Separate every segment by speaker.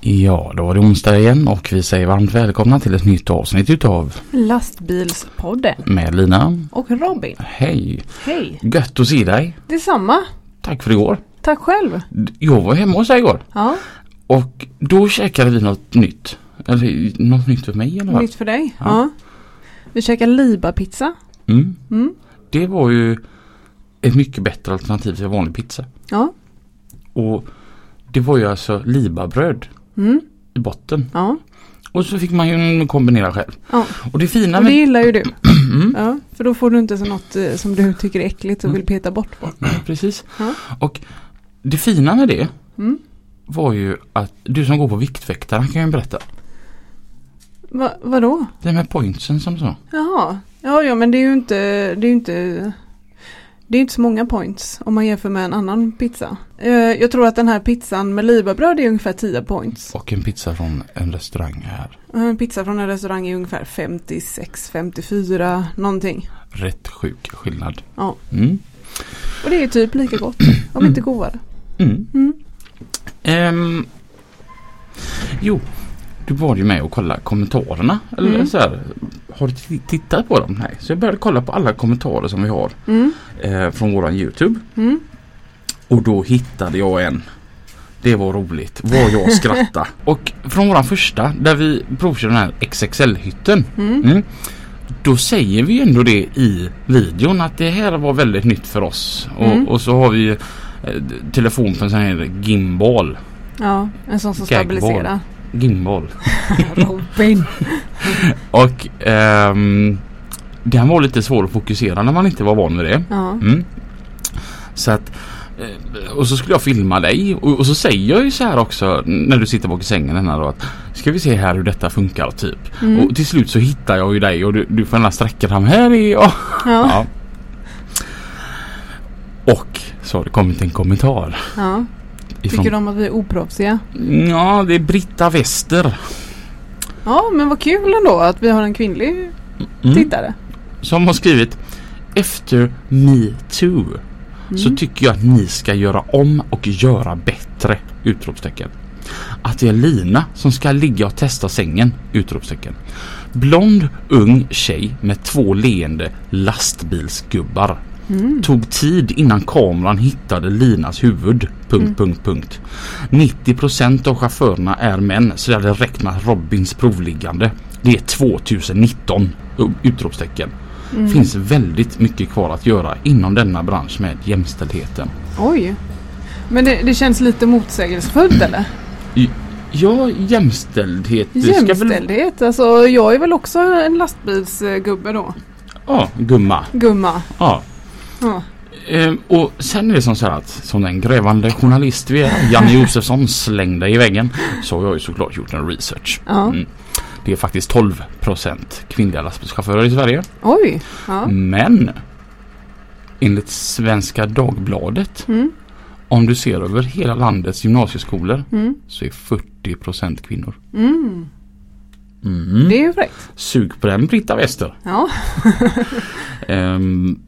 Speaker 1: Ja, då var det onsdag igen och vi säger varmt välkomna till ett nytt avsnitt utav
Speaker 2: Lastbilspodden.
Speaker 1: med Lina.
Speaker 2: Och Robin,
Speaker 1: Hej!
Speaker 2: hej!
Speaker 1: Gött att se dig!
Speaker 2: Detsamma!
Speaker 1: Tack för igår.
Speaker 2: Tack själv!
Speaker 1: Jag var hemma hos dig igår
Speaker 2: Ja,
Speaker 1: och då käkade vi något nytt. Eller något nytt för mig eller vad?
Speaker 2: nytt för dig. Ja.
Speaker 1: Ja.
Speaker 2: Vi käkar Liba-pizza.
Speaker 1: Mm.
Speaker 2: Mm.
Speaker 1: Det var ju ett mycket bättre alternativ till vanlig pizza.
Speaker 2: Ja,
Speaker 1: Och det var ju alltså libabröd
Speaker 2: mm.
Speaker 1: i botten.
Speaker 2: ja.
Speaker 1: Och så fick man ju kombinera själv.
Speaker 2: ja.
Speaker 1: Och det fina
Speaker 2: Och det
Speaker 1: med...
Speaker 2: gillar ju du.
Speaker 1: Mm.
Speaker 2: Ja, för då får du inte så något eh, som du tycker är äckligt och vill peta bort.
Speaker 1: Precis.
Speaker 2: Ja.
Speaker 1: Och det fina med det
Speaker 2: Mm.
Speaker 1: var ju att du som går på Viktväktarna kan ju berätta.
Speaker 2: Va, vadå?
Speaker 1: Det med pointsen som så.
Speaker 2: Jaha, ja, ja men det är ju inte, det är ju inte, det är ju inte så många points om man jämför med en annan pizza. Eh, Jag tror att den här pizzan med libabröd är ungefär 10 points.
Speaker 1: Och en pizza från en restaurang här.
Speaker 2: Och En pizza från en restaurang är ungefär 56, 54 någonting.
Speaker 1: Rätt sjuk skillnad.
Speaker 2: Ja.
Speaker 1: Mm.
Speaker 2: Och det är ju typ lika gott, om inte godare.
Speaker 1: Mm.
Speaker 2: Mm.
Speaker 1: Ehm. Jo, du var ju med och kollade kommentarerna. Eller
Speaker 2: Mm.
Speaker 1: så här, har du t- tittat på dem? Nej. Så jag började kolla på alla kommentarer som vi har
Speaker 2: Mm.
Speaker 1: eh, från våran Youtube.
Speaker 2: Mm.
Speaker 1: Och då hittade jag en. Det var roligt. Vad jag skrattade. och från våran första där vi provkörde den här XXL-hytten.
Speaker 2: Mm.
Speaker 1: Mm. Då säger vi ju ändå det i videon att det här var väldigt nytt för oss.
Speaker 2: Mm.
Speaker 1: Och, och så har vi ju eh, telefon på en sån här gimbal.
Speaker 2: Ja, en sån som
Speaker 1: Gagball.
Speaker 2: stabiliserar.
Speaker 1: Gimbal.
Speaker 2: Robin.
Speaker 1: Och ehm, den var lite svår att fokusera när man inte var van vid det.
Speaker 2: Ja.
Speaker 1: Mm. Så att eh, och så skulle jag filma dig och, och så säger jag ju så här också när du sitter bak i sängen den här då att Ska vi se här hur detta funkar typ.
Speaker 2: Mm.
Speaker 1: Och till slut så hittar jag ju dig och du, du får den här sträcka fram. Här är jag.
Speaker 2: Ja.
Speaker 1: Ja. Och så har det kommit en kommentar.
Speaker 2: ja.
Speaker 1: Ifrån,
Speaker 2: Tycker de att vi är oproffsiga?
Speaker 1: Ja, det är Britta Wester.
Speaker 2: Ja, men vad kul ändå att vi har en kvinnlig
Speaker 1: Mm.
Speaker 2: tittare.
Speaker 1: Som har skrivit Efter me too så tycker jag att ni ska göra om och göra bättre! Utropstecken. Att det är Lina som ska ligga och testa sängen! Utropstecken. Blond ung tjej med två leende lastbilsgubbar. Tog tid innan kameran hittade Linas huvud. Punkt, punkt, punkt. 90 av chaufförerna är män så det hade räckt med Robins provliggande. Det är 2019! Utropstecken.
Speaker 2: Mm.
Speaker 1: Finns väldigt mycket kvar att göra inom denna bransch med jämställdheten.
Speaker 2: Oj. Men det, det känns lite motsägelsefullt eller?
Speaker 1: I- Ja, jämställdhet. det ska Väl,
Speaker 2: Jämställdhet, alltså jag är väl också en lastbilsgubbe då?
Speaker 1: ja, gumma.
Speaker 2: Gumma.
Speaker 1: Ja.
Speaker 2: Ja.
Speaker 1: Ehm, och sen är det som så här att som den grävande journalist vi är, Janne Josefsson, släng dig i väggen. Så har jag ju såklart gjort en research.
Speaker 2: ja.
Speaker 1: Mm. Det är faktiskt 12 kvinnliga lastbilschaufförer i Sverige.
Speaker 2: Oj. Ja.
Speaker 1: Men enligt Svenska Dagbladet
Speaker 2: Mm.
Speaker 1: om du ser över hela landets gymnasieskolor
Speaker 2: Mm.
Speaker 1: så är 40 kvinnor.
Speaker 2: Mm.
Speaker 1: Mm.
Speaker 2: Det är ju fräckt.
Speaker 1: Sug på den Britta Wester.
Speaker 2: Ja.
Speaker 1: Ehm,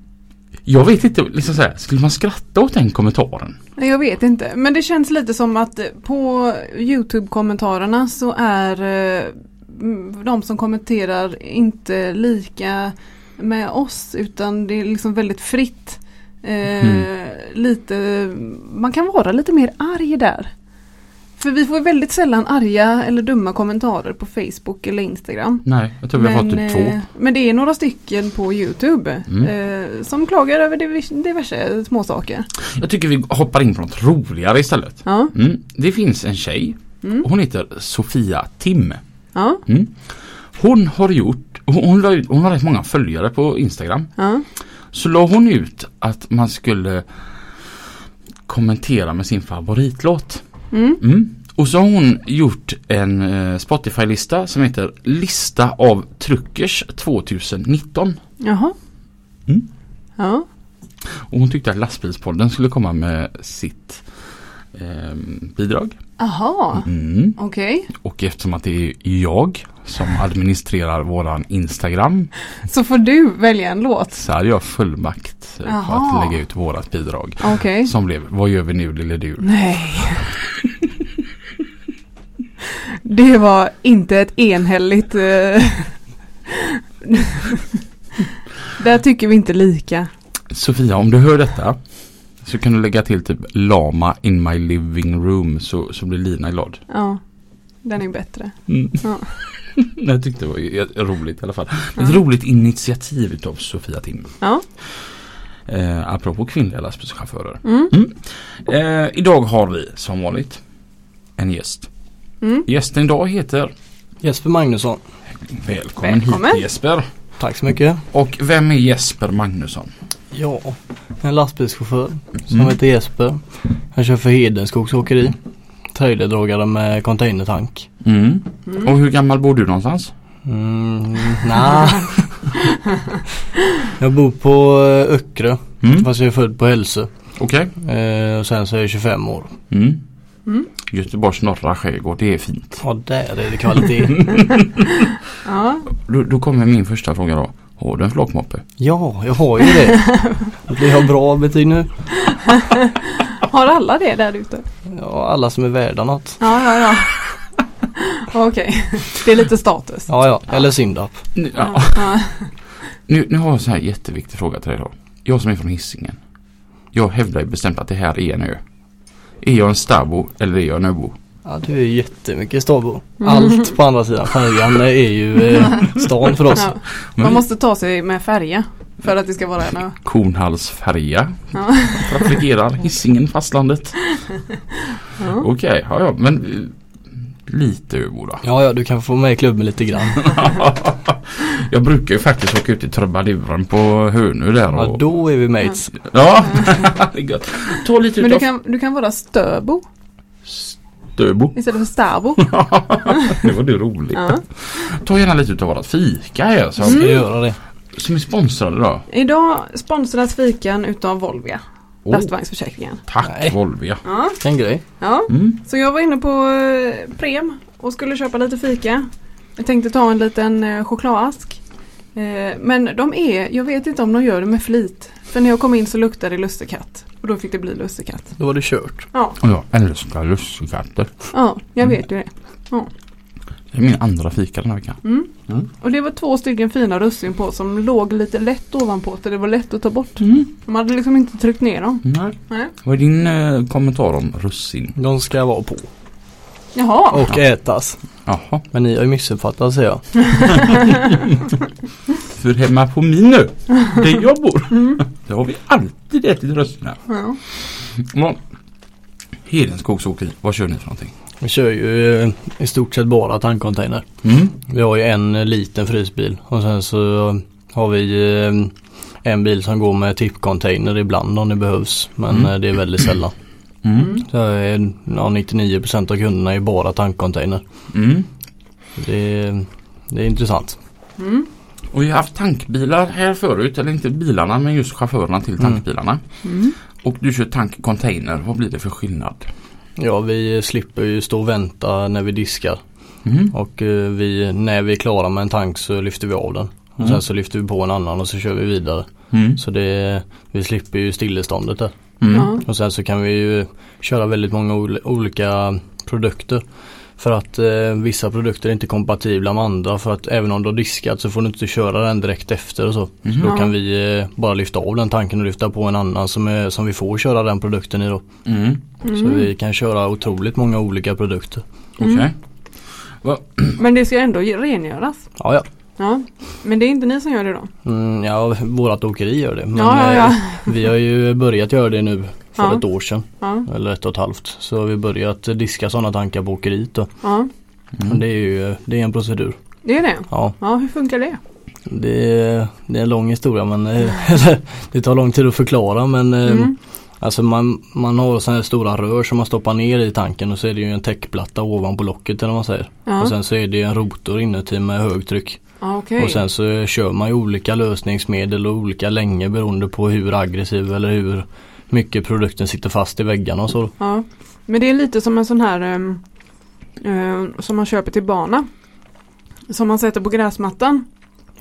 Speaker 1: jag vet inte, liksom så här, skulle man skratta åt den kommentaren?
Speaker 2: Nej, Jag vet inte. Men det känns lite som att eh, på Youtube-kommentarerna så är eh, m- de som kommenterar inte lika med oss utan det är liksom väldigt fritt. Eh,
Speaker 1: Mm.
Speaker 2: lite, man kan vara lite mer arg där. För vi får väldigt sällan arga eller dumma kommentarer på Facebook eller Instagram.
Speaker 1: Nej, jag tror vi har fått typ
Speaker 2: eh,
Speaker 1: två.
Speaker 2: men det är några stycken på Youtube
Speaker 1: Mm.
Speaker 2: eh, som klagar över div- diverse småsaker.
Speaker 1: Jag tycker vi hoppar in på något roligare istället.
Speaker 2: Ja,
Speaker 1: Mm. Det finns en tjej.
Speaker 2: Mm.
Speaker 1: Hon heter Sofia Tim.
Speaker 2: ja.
Speaker 1: Hon har gjort, hon, hon, la ut- hon har rätt många följare på Instagram.
Speaker 2: Ja,
Speaker 1: Så la hon ut att man skulle kommentera med sin favoritlåt.
Speaker 2: Mm.
Speaker 1: Mm. Och så har hon gjort en eh, Spotify-lista som heter Lista av truckers 2019.
Speaker 2: Jaha.
Speaker 1: Mm.
Speaker 2: Ja.
Speaker 1: Och hon tyckte att lastbilspodden skulle komma med sitt eh, bidrag.
Speaker 2: Aha.
Speaker 1: Mm.
Speaker 2: Okej.
Speaker 1: Och eftersom att det är jag som administrerar våran Instagram
Speaker 2: Så får du välja en låt.
Speaker 1: så hade jag fullmakt eh, på
Speaker 2: Jaha. Mm.
Speaker 1: att lägga ut vårat bidrag.
Speaker 2: Okej.
Speaker 1: Som blev Vad gör vi nu lille du?
Speaker 2: Nej. Det var inte ett enhälligt... eh, Där tycker vi inte lika.
Speaker 1: Sofia, om du hör detta så kan du lägga till typ Lama in my living room så, så blir Lina glad.
Speaker 2: Ja. Den är bättre.
Speaker 1: Mm.
Speaker 2: Ja.
Speaker 1: Nej, jag tyckte det var ju roligt i alla fall. Ett
Speaker 2: Ja.
Speaker 1: roligt initiativ utav Sofia Tim.
Speaker 2: Ja.
Speaker 1: Eh, apropå kvinnliga lastbilschaufförer.
Speaker 2: Mm.
Speaker 1: Eh, idag har vi som vanligt en gäst.
Speaker 2: Mm.
Speaker 1: Gästen idag heter
Speaker 3: Jesper Magnusson.
Speaker 1: Välkommen,
Speaker 2: Välkommen.
Speaker 1: hit Jesper.
Speaker 3: Tack så mycket.
Speaker 1: Och vem är Jesper Magnusson?
Speaker 3: Ja, en lastbilschaufför som
Speaker 1: Mm.
Speaker 3: heter Jesper. Jag kör för Hedenskogs åkeri. Trailerdragare med containertank.
Speaker 1: Mm. Och hur gammal bor du någonstans?
Speaker 3: Mm, nah. jag bor på eh, Öckerö
Speaker 1: Mm.
Speaker 3: fast jag är född på Hälsö.
Speaker 1: Okej.
Speaker 3: Eh, och sen så är jag 25 år.
Speaker 1: Mm.
Speaker 2: Mm.
Speaker 1: Göteborgs norra skärgård, det är fint.
Speaker 3: Ja, där är det kvalitet.
Speaker 2: Ja.
Speaker 1: Då, då kommer min första fråga då. Har du en flakmoppe?
Speaker 3: ja, jag har ju det. Blir jag bra betyg nu?
Speaker 2: Har alla det där ute?
Speaker 3: Ja, alla som är värda något.
Speaker 2: Ja, ja, ja. Okej. Det är lite status.
Speaker 3: Ja, ja, eller Simdap.
Speaker 1: Nu, ja.
Speaker 2: Ja.
Speaker 1: Nu, nu har jag en sån här jätteviktig fråga till dig då. Jag som är från Hisingen. Jag hävdar ju bestämt att det här är en ö. Är jag en stadbo eller är jag en öbo?
Speaker 3: Ja, du är jättemycket stadbo. Allt på andra sidan färjan är ju eh, stan för oss.
Speaker 2: Mm. Ja. Man måste ta sig med färja för att det ska vara en ö.
Speaker 1: Kornhalsfärja.
Speaker 2: Ja.
Speaker 1: Trafikerar Hisingen, fastlandet.
Speaker 2: Ja.
Speaker 1: Okej, ja, ja, men eh, lite öbo då.
Speaker 3: Ja, ja, du kan få med i klubben lite grann.
Speaker 1: jag brukar ju faktiskt åka ut i trubaduren på Hönö där
Speaker 3: Ja,
Speaker 1: och...
Speaker 3: då är vi mates.
Speaker 1: Ja, det är gött. Ta lite
Speaker 2: Men du
Speaker 1: utav
Speaker 2: kan, du kan vara stöbo
Speaker 1: stöbo.
Speaker 2: istället för starbo.
Speaker 1: det var det roligt.
Speaker 2: Ja.
Speaker 1: Ta gärna lite utav vårat fika här som,
Speaker 3: Ska
Speaker 2: Mm.
Speaker 3: jag göra det?
Speaker 1: som är sponsrade då.
Speaker 2: Idag sponsras fikan utav Volvia,
Speaker 1: Åh,
Speaker 2: lastvagnsförsäkringen.
Speaker 1: tack
Speaker 3: Nej.
Speaker 1: Volvia.
Speaker 2: Ja.
Speaker 3: En grej.
Speaker 2: Ja.
Speaker 1: Mm.
Speaker 2: Så jag var inne på eh, Prem och skulle köpa lite fika. Jag tänkte ta en liten eh, chokladask. Eh, Men de är, jag vet inte om de gör det med flit. För när jag kom in så luktade det lussekatt. Och då fick det bli lussekatt.
Speaker 3: Då var det kört.
Speaker 2: Ja,
Speaker 1: Och jag älskar lussekatter.
Speaker 2: ja jag
Speaker 1: Mm.
Speaker 2: vet ju det.
Speaker 1: Det är min andra fika den här veckan.
Speaker 2: Och det var två stycken fina russin på som låg lite lätt ovanpå så det var lätt att ta bort.
Speaker 1: Mm.
Speaker 2: De hade liksom inte tryckt ner dem.
Speaker 1: Nej.
Speaker 2: Nej.
Speaker 1: Vad är din eh, kommentar om russin?
Speaker 3: De ska vara på
Speaker 2: Jaha,
Speaker 1: Oh.
Speaker 3: och ätas.
Speaker 1: Jaha,
Speaker 3: Men ni har ju missuppfattat säger jag.
Speaker 1: för hemma på min ö, där jag bor, där har vi alltid ätit russina.
Speaker 2: Ja.
Speaker 1: Ja. Hedenskogs åkeri, vad kör ni för någonting?
Speaker 3: Vi kör ju eh, i stort sett bara tankcontainer.
Speaker 1: Mm.
Speaker 3: Vi har ju en eh, liten frysbil och sen så eh, har vi eh, en bil som går med tippcontainer ibland om det behövs. Men
Speaker 1: Mm.
Speaker 3: eh, det är väldigt sällan.
Speaker 1: Mm.
Speaker 3: Så är, ja, 99% av kunderna är bara tankcontainer.
Speaker 1: Mm.
Speaker 3: Det, är- det är intressant.
Speaker 2: Mm.
Speaker 1: Och vi har haft tankbilar här förut, eller inte bilarna men just chaufförerna till
Speaker 3: Mm.
Speaker 1: tankbilarna.
Speaker 2: Mm.
Speaker 1: Och du kör tankcontainer, vad blir det för skillnad?
Speaker 3: Ja, vi slipper ju stå och vänta när vi diskar.
Speaker 1: Mm.
Speaker 3: Och eh, vi, när vi är klara med en tank så lyfter vi av den. Och
Speaker 1: Mm.
Speaker 3: sen så lyfter vi på en annan och så kör vi vidare.
Speaker 1: Mm.
Speaker 3: Så det, vi slipper ju stilleståndet där.
Speaker 1: Mm.
Speaker 2: Ja.
Speaker 3: Och sen så kan vi ju köra väldigt många ol- olika produkter. För att eh, vissa produkter är inte kompatibla med andra för att även om du har diskat så får du inte köra den direkt efter och så.
Speaker 2: Mhm.
Speaker 3: Så
Speaker 1: Mm.
Speaker 3: då kan vi eh, bara lyfta av den tanken och lyfta på en annan som, är, som vi får köra den produkten i då.
Speaker 1: Mm.
Speaker 3: Så
Speaker 2: Mm.
Speaker 3: vi kan köra otroligt många olika produkter.
Speaker 1: Okej.
Speaker 2: Men det ska ändå ge- rengöras.
Speaker 3: Ja, ja.
Speaker 2: Ja. Men det är inte ni som gör det då?
Speaker 3: Mm, ja, vårat åkeri gör det. Men
Speaker 2: ja, ja,
Speaker 3: eh,
Speaker 2: ja.
Speaker 3: vi har ju börjat göra det nu för
Speaker 2: Ja.
Speaker 3: ett år sedan.
Speaker 2: ja,
Speaker 3: Eller ett och ett halvt. Så har vi börjat eh, diska sådana tankar på åkeriet då.
Speaker 2: ja.
Speaker 3: Men
Speaker 1: Mm.
Speaker 3: det är ju eh, det är en procedur.
Speaker 2: Det är det?
Speaker 3: Ja.
Speaker 2: Ja, hur funkar det?
Speaker 3: Det är, det är en lång historia men eller, det tar lång tid att förklara men eh,
Speaker 2: Mm.
Speaker 3: Alltså man, man har sådana här stora rör som man stoppar ner i tanken och så är det ju en täckplatta ovanpå locket eller vad man säger.
Speaker 2: Ja.
Speaker 3: Och sen så är det ju en rotor inuti med högtryck.
Speaker 2: Ja, okej.
Speaker 3: Och sen så kör man ju olika lösningsmedel och olika länge beroende på hur aggressiv eller hur mycket produkten sitter fast i väggarna och så.
Speaker 2: Ja. Men det är lite som en sån här ehm, eh, som man köper till bana. Som man sätter på gräsmattan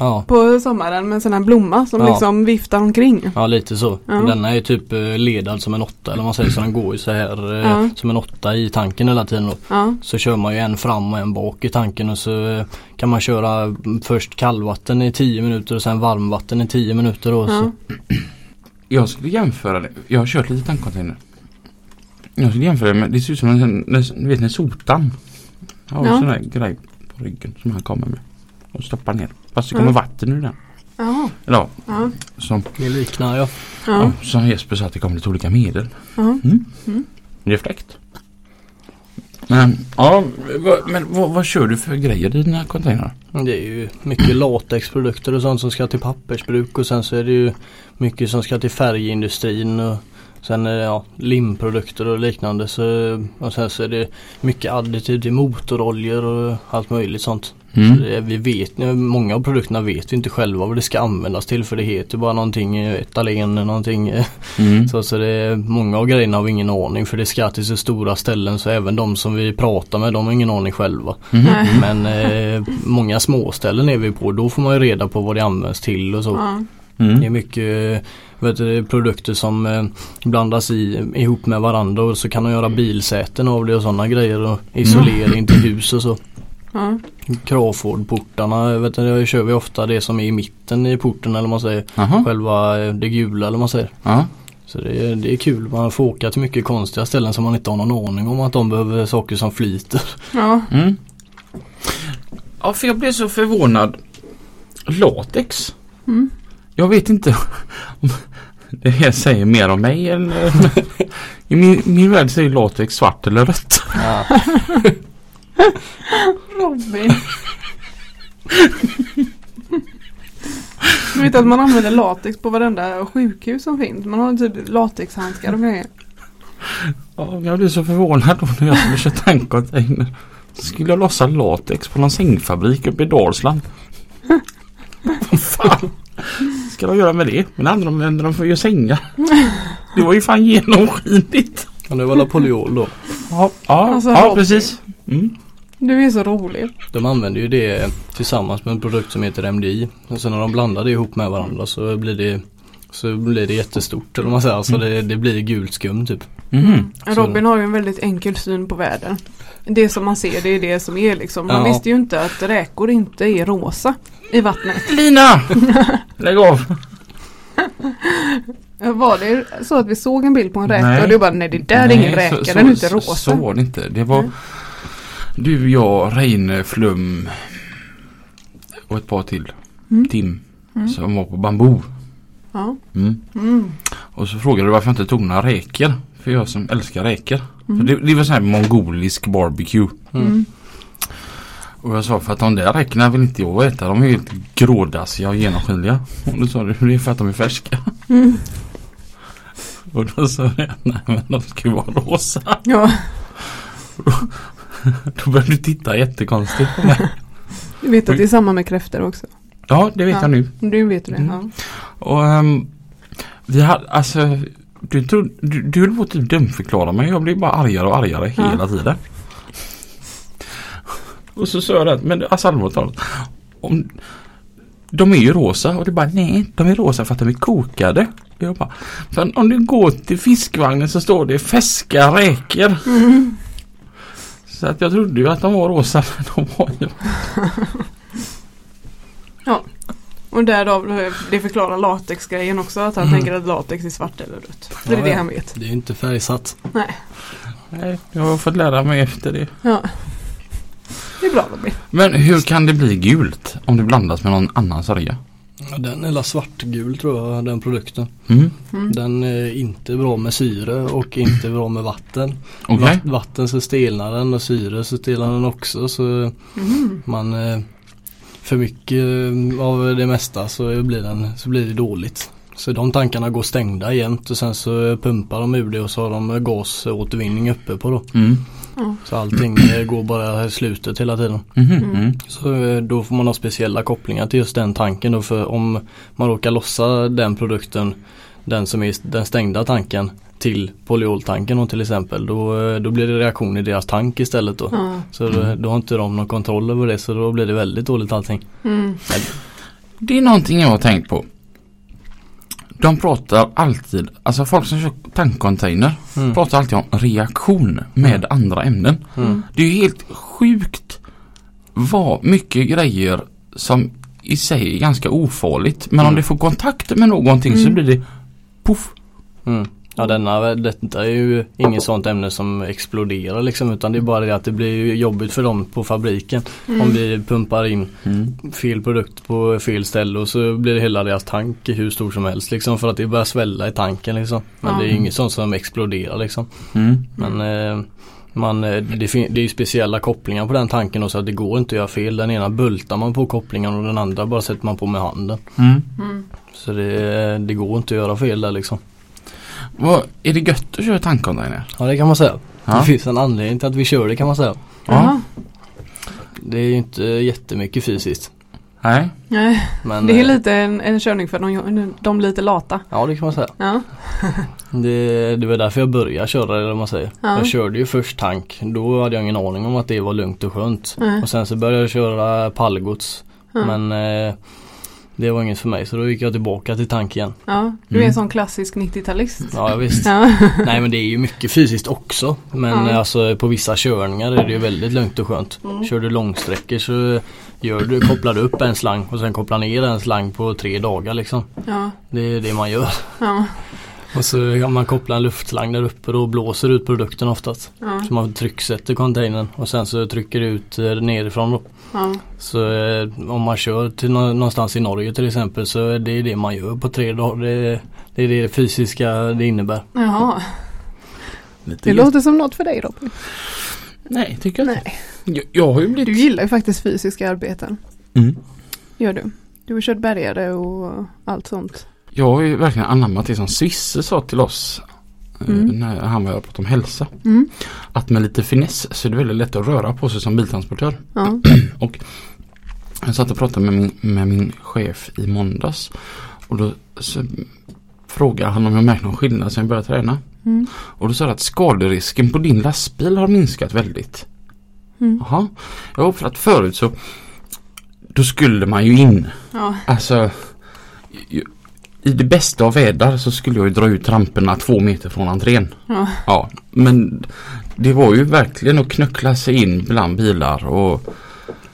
Speaker 3: Ja,
Speaker 2: på sommaren med en sån här blomma som
Speaker 3: Ja.
Speaker 2: liksom viftar omkring.
Speaker 3: ja lite så.
Speaker 2: Ja.
Speaker 3: Denna är ju typ eh, ledad som en åtta eller vad man säger så den går ju så här eh,
Speaker 2: Ja.
Speaker 3: som en åtta i tanken hela tiden då.
Speaker 2: Ja,
Speaker 3: Så kör man ju en fram och en bak i tanken och så eh, kan man köra mm, först kallvatten i 10 minuter och sen varmvatten i 10 minuter. Och
Speaker 2: ja.
Speaker 3: så.
Speaker 1: Jag skulle jämföra det. Jag har kört lite tankcontainer. Jag skulle jämföra det med, det ser ut som en, en- du vet en sotan. Har
Speaker 2: Ja.
Speaker 1: ja. sån där grej på ryggen som han kommer med. Och stoppar ner. Fast det kommer
Speaker 2: Ja.
Speaker 1: vatten ur den.
Speaker 2: Jaha.
Speaker 1: Eller ja,
Speaker 2: Ja.
Speaker 1: som,
Speaker 3: Det liknar ja.
Speaker 2: Ja.
Speaker 1: ja. som Jesper sa att det kommer lite olika medel. Mm.
Speaker 2: Ja. Mm.
Speaker 1: Det är fräckt. Men, ja, vad- men vad, vad kör du för grejer i dina containrar?
Speaker 3: Det är ju mycket latexprodukter och sånt som ska till pappersbruk och sen så är det ju mycket som ska till färgindustrin och sen eh, ja, limprodukter och liknande. Så, eh, och sen så är det mycket additiv till motoroljor och allt möjligt sånt.
Speaker 1: Mm.
Speaker 2: Mm.
Speaker 3: Så det, är- Eh, vi vet, många av produkterna vet vi inte själva vad det ska användas till för det heter bara någonting eh, etalen eller någonting eh,
Speaker 1: Mm.
Speaker 3: Så, så det är, många av grejerna har vi ingen aning för det ska till så stora ställen så även de som vi pratar med de har ingen aning själva.
Speaker 1: Mhm.
Speaker 2: Nej.
Speaker 3: Men eh, många småställen är vi på då får man ju reda på vad det används till och så.
Speaker 2: Ja.
Speaker 1: Mm.
Speaker 3: Det är mycket eh, vet du, produkter som eh, blandas i, ihop med varandra och så kan de göra bilsäten av det och sådana grejer och isolering till hus och så.
Speaker 2: Ja.
Speaker 3: Crawfordportarna vet du, det kör vi ofta det som är i mitten i porten eller vad man säger.
Speaker 1: Jaha.
Speaker 3: Själva eh, det gula eller vad man säger.
Speaker 1: Ja.
Speaker 3: Så det är, det är kul, man får åka till mycket konstiga ställen som man inte har någon aning om att de behöver saker som flyter.
Speaker 2: Ja.
Speaker 1: Mm. Ja, för jag blev så förvånad. Latex?
Speaker 2: Mm.
Speaker 1: Jag vet inte om det här säger mer om mig eller... I min, min värld säger latex svart eller rött.
Speaker 3: Ja.
Speaker 2: Robin. Du vet att man använder latex på varenda sjukhus som finns. Man har typ latexhandskar och grejer.
Speaker 1: Ja, jag blev så förvånad då när jag skulle köra tankcontainer. Skulle jag lossa latex på någon sängfabrik uppe i Dalsland? Vad fan ska de göra med det? Men andra länder de får ju sängar. Det var ju fan genomskinligt.
Speaker 3: Men det var la poliol då.
Speaker 1: Ja, ja,
Speaker 2: Alltså,
Speaker 1: ja
Speaker 2: latex.
Speaker 1: precis. Mm.
Speaker 2: Du är så rolig.
Speaker 3: De använder ju det eh, tillsammans med en produkt som heter MDI. Och sen när de blandar det ihop med varandra så blir det så blir det jättestort eller vad man säger. Alltså det, det blir gult skum typ.
Speaker 1: Mhm.
Speaker 2: Robin har ju en väldigt enkel syn på världen. Det som man ser det är det som är liksom. Man
Speaker 3: Ja.
Speaker 2: visste ju inte att räkor inte är rosa i vattnet.
Speaker 1: Lina! Lägg av!
Speaker 2: Var det så att vi såg en bild på en räka
Speaker 1: Nej.
Speaker 2: och du bara nej det där är
Speaker 1: Nej,
Speaker 2: ingen räka, den är inte
Speaker 1: så-
Speaker 2: rosa.
Speaker 1: Så var det inte. Det var
Speaker 2: Nej.
Speaker 1: du, jag, Reine, Flum och ett par till.
Speaker 2: Mm.
Speaker 1: Tim. Som var på bambu.
Speaker 2: Ja.
Speaker 1: Mm.
Speaker 2: Mm.
Speaker 1: Och så frågade du varför jag inte tog några räkor. För jag som älskar räkor. För Det, det var sån här mongolisk barbecue.
Speaker 2: Mm.
Speaker 1: Och jag sa för att de där räkorna vill inte jag äta. De är helt grådassiga och genomskinliga. Och då sa du det är för att de är färska.
Speaker 2: Mm.
Speaker 1: Och då sa jag nej men de ska ju vara rosa.
Speaker 2: ja,
Speaker 1: Då började du titta jättekonstigt på mig.
Speaker 2: du vet att det är samma med kräftor också.
Speaker 1: Ja det vet
Speaker 2: Ja.
Speaker 1: jag nu.
Speaker 2: Du vet det.
Speaker 1: Mm.
Speaker 2: Ja.
Speaker 1: Och ehm, vi hade alltså du, trodde, du, du höll på att typ dumförklara mig. Jag blev bara argare och argare
Speaker 2: Ja.
Speaker 1: hela tiden. Och så sa jag det, men alltså allvarligt talat. Om, de är ju rosa och du bara nej, de är rosa för att de är kokade. Och jag bara, men om du går till fiskvagnen så står det färska räkor. Så att jag trodde ju att de var rosa men de var ju...
Speaker 2: Och därav eh, det förklarar latexgrejen också att han tänker att latex är svart eller rött. För det är
Speaker 3: Mm. Ja,
Speaker 2: det
Speaker 3: ja.
Speaker 2: han vet.
Speaker 3: Det är ju inte färgsatt.
Speaker 1: Nej, jag har fått lära mig efter det.
Speaker 2: Ja. Det är bra Robin.
Speaker 1: Men hur kan det bli gult om det blandas med någon annan sörja?
Speaker 3: Ja, Den är la svartgul tror jag den produkten.
Speaker 1: Mm.
Speaker 2: Mm.
Speaker 3: Den är inte bra med syre och inte bra med vatten.
Speaker 1: Okej.
Speaker 3: Vatt- Vatten så stelnar den och syre så stelnar den också så
Speaker 2: Mm.
Speaker 3: man eh, för mycket eh, av det mesta så blir, den, så blir det dåligt. Så de tankarna går stängda jämt och sen så pumpar de ur det och så har de gasåtervinning uppe på då.
Speaker 1: Mm.
Speaker 3: Så allting eh, går bara i slutet hela tiden.
Speaker 1: Mhm,
Speaker 2: Mm.
Speaker 1: mm.
Speaker 3: Så eh, då får man ha speciella kopplingar till just den tanken då för om man råkar lossa den produkten, den som är den stängda tanken till polyoltanken då till exempel då, eh, då blir det reaktion i deras tank istället då.
Speaker 2: Ja.
Speaker 3: Så då, då har inte de någon kontroll över det så då blir det väldigt dåligt allting.
Speaker 2: Mm.
Speaker 1: Det är någonting jag har tänkt på. De pratar alltid, alltså folk som kör tankcontainer
Speaker 3: Mm.
Speaker 1: pratar alltid om reaktion med
Speaker 3: Mm.
Speaker 1: andra ämnen.
Speaker 3: Mm.
Speaker 1: Det är ju helt sjukt vad mycket grejer som i sig är ganska ofarligt. Men om
Speaker 3: Mm.
Speaker 1: det får kontakt med någonting så
Speaker 2: Mm.
Speaker 1: blir det poff.
Speaker 3: Mm. Ja denna, detta är ju inget sånt ämne som exploderar liksom utan det är bara det att det blir ju jobbigt för dem på fabriken
Speaker 2: Mm.
Speaker 3: om vi pumpar in fel produkt på fel ställe och så blir det hela deras tank hur stor som helst liksom för att det börjar svälla i tanken liksom. Men
Speaker 2: Ja.
Speaker 3: det är ju inget sånt som exploderar liksom.
Speaker 1: Mm.
Speaker 3: Men eh, man, eh, det, fin- det är ju speciella kopplingar på den tanken också att det går inte att göra fel. Den ena bultar man på kopplingen och den andra bara sätter man på med handen.
Speaker 1: Mm.
Speaker 2: Mm.
Speaker 3: Så det, eh, det går inte att göra fel där liksom.
Speaker 1: Vad, är det gött att köra tankcontainer?
Speaker 3: Ja det kan man säga. Det
Speaker 1: Ja.
Speaker 3: finns en anledning till att vi kör det kan man säga.
Speaker 2: Jaha.
Speaker 3: Det är ju inte jättemycket fysiskt.
Speaker 1: Nej.
Speaker 2: Nej,
Speaker 3: Men,
Speaker 2: Det är
Speaker 3: eh,
Speaker 2: lite en, en körning för de, de lite lata.
Speaker 3: Ja det kan man säga.
Speaker 2: Ja.
Speaker 3: Det, det var därför jag började köra eller vad man säger.
Speaker 2: Ja.
Speaker 3: Jag körde ju först tank. Då hade jag ingen aning om att det var lugnt och skönt.
Speaker 2: Nej.
Speaker 3: Och sen så började jag köra pallgods.
Speaker 2: Ja.
Speaker 3: Men eh, det var inget för mig så då gick jag tillbaka till tank igen.
Speaker 2: ja. Du är
Speaker 1: Mm.
Speaker 2: en sån klassisk 90-talist.
Speaker 3: Ja visst.
Speaker 2: Ja.
Speaker 3: Nej men det är ju mycket fysiskt också. Men
Speaker 2: Ja.
Speaker 3: eh, alltså på vissa körningar är det ju väldigt lugnt och skönt.
Speaker 2: Mm.
Speaker 3: Kör du långsträckor så gör du, kopplar du upp en slang och sen kopplar ner en slang på tre dagar liksom.
Speaker 2: Ja.
Speaker 3: Det är det man gör.
Speaker 2: Ja.
Speaker 3: Och så kan man koppla en luftslang där uppe då och blåser ut produkten oftast.
Speaker 2: Ja.
Speaker 3: Så man trycksätter containern och sen så trycker det ut eh, nerifrån då.
Speaker 2: Ja.
Speaker 3: Så eh, om man kör till nå- någonstans i Norge till exempel så är det det man gör på tre dagar. Det, det är det fysiska det innebär.
Speaker 2: Jaha.
Speaker 1: Lite
Speaker 2: Det
Speaker 1: gött.
Speaker 2: låter som något för dig Robin.
Speaker 1: Nej, tycker jag inte.
Speaker 2: Nej.
Speaker 1: Jag, jag har ju blivit...
Speaker 2: Du gillar ju faktiskt fysiska arbeten.
Speaker 1: Mm.
Speaker 2: Gör du. Du har kört bärgare och allt sånt.
Speaker 1: Jag har ju verkligen anammat det som Svisse sa till oss eh,
Speaker 2: Mm.
Speaker 1: när han var och pratade om hälsa.
Speaker 2: Mm.
Speaker 1: Att med lite finess så är det väldigt lätt att röra på sig som biltransportör.
Speaker 2: Ja.
Speaker 1: Jag satt och pratade med min, med min chef i måndags och då så frågade han om jag märkt någon skillnad sedan jag började träna.
Speaker 2: Mm.
Speaker 1: Och då sa han att skaderisken på din lastbil har minskat väldigt.
Speaker 2: Mm.
Speaker 1: Jaha, jag har för att förut så då skulle man ju in
Speaker 2: Ja.
Speaker 1: Alltså ju- I det bästa av väder så skulle jag ju dra ut ramperna två meter från entrén.
Speaker 2: Ja.
Speaker 1: Ja, men det var ju verkligen att knöckla sig in bland bilar och,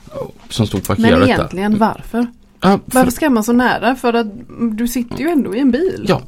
Speaker 1: och som stod
Speaker 2: Men
Speaker 1: parkerade där.
Speaker 2: egentligen
Speaker 1: Mm.
Speaker 2: varför?
Speaker 1: Ja, för,
Speaker 2: Varför ska man så nära? För att du sitter ju ändå i en bil.
Speaker 1: Ja.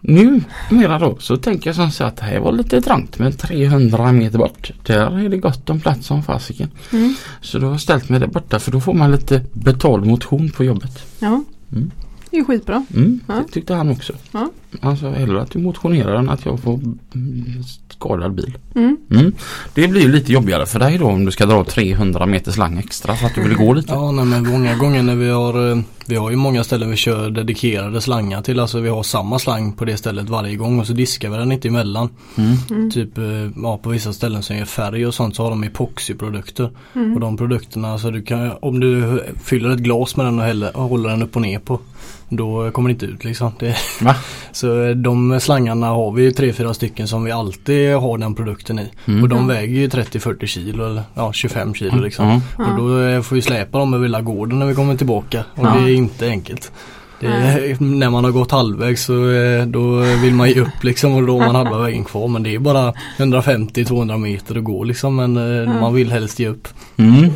Speaker 1: nu mera då så tänker jag som så att det här var lite trångt men 300 meter bort. Där är det gott om plats som fasiken.
Speaker 2: Mm.
Speaker 1: Så då har jag ställt mig där borta för då får man lite betald motion på jobbet.
Speaker 2: Ja.
Speaker 1: Mm.
Speaker 2: Det är ju skitbra.
Speaker 1: Mm,
Speaker 2: Ja.
Speaker 1: det tyckte han också.
Speaker 2: Ja.
Speaker 1: Han sa hellre att du motionerar än att jag får mm, skadad bil.
Speaker 2: Mm.
Speaker 1: Mm. Det blir ju lite jobbigare för dig då om du ska dra 300 meter slang extra för att du vill gå lite.
Speaker 3: Ja nej, men många gånger när vi har eh, Vi har ju många ställen vi kör dedikerade slangar till. Alltså vi har samma slang på det stället varje gång och så diskar vi den inte emellan.
Speaker 1: Mm.
Speaker 2: Mm.
Speaker 3: Typ eh, ja, på vissa ställen som gör färg och sånt så har de epoxyprodukter.
Speaker 2: Mm.
Speaker 3: Och de produkterna, så du kan, om du fyller ett glas med den och, häller, och håller den upp och ner på Då kommer det inte ut liksom. Det,
Speaker 1: Va?
Speaker 3: så eh, de slangarna har vi ju tre, fyra stycken som vi alltid har den produkten i.
Speaker 1: Mm.
Speaker 3: Och de väger ju 30-40 kilo eller ja, 25 kilo liksom.
Speaker 1: Ja.
Speaker 2: Ja.
Speaker 3: Och då eh, får vi släpa dem över hela gården när vi kommer tillbaka och
Speaker 1: Ja.
Speaker 3: det är inte enkelt. Det är, när man har gått halvvägs så eh, då vill man ge upp liksom och då har man halva vägen kvar men det är bara 150-200 meter att gå liksom men eh,
Speaker 2: Ja.
Speaker 3: man vill helst ge upp.
Speaker 1: Mm.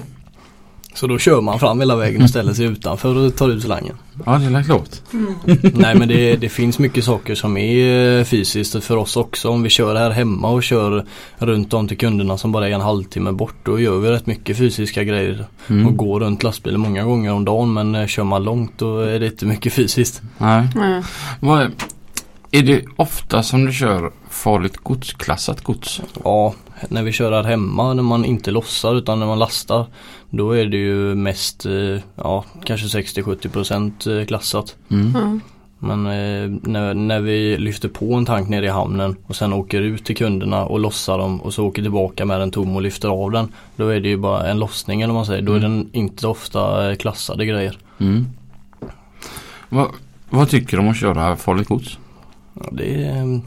Speaker 3: Så då kör man fram hela vägen och ställer sig utanför och tar ut slangen.
Speaker 1: ja, det är klart.
Speaker 3: Nej men det, det finns mycket saker som är eh, fysiskt för oss också. Om vi kör här hemma och kör runt om till kunderna som bara är en halvtimme bort då gör vi rätt mycket fysiska grejer.
Speaker 1: Mm.
Speaker 3: Och går runt lastbilen många gånger om dagen men eh, kör man långt då är det inte mycket fysiskt.
Speaker 1: Nej.
Speaker 2: Ja.
Speaker 1: Vad är, är det ofta som du kör farligt godsklassat gods?
Speaker 3: Ja, när vi kör här hemma när man inte lossar utan när man lastar då är det ju mest eh, ja kanske 60-70% eh, klassat.
Speaker 1: Mm.
Speaker 2: Ja.
Speaker 3: Men eh, när, när vi lyfter på en tank nere i hamnen och sen åker ut till kunderna och lossar dem och så åker tillbaka med den tom och lyfter av den. Då är det ju bara en lossning eller vad man säger. Då är
Speaker 1: Mm.
Speaker 3: den inte ofta eh, klassade grejer.
Speaker 1: Mm. Vad, vad tycker du om att köra farligt gods?
Speaker 3: Ja, Det är,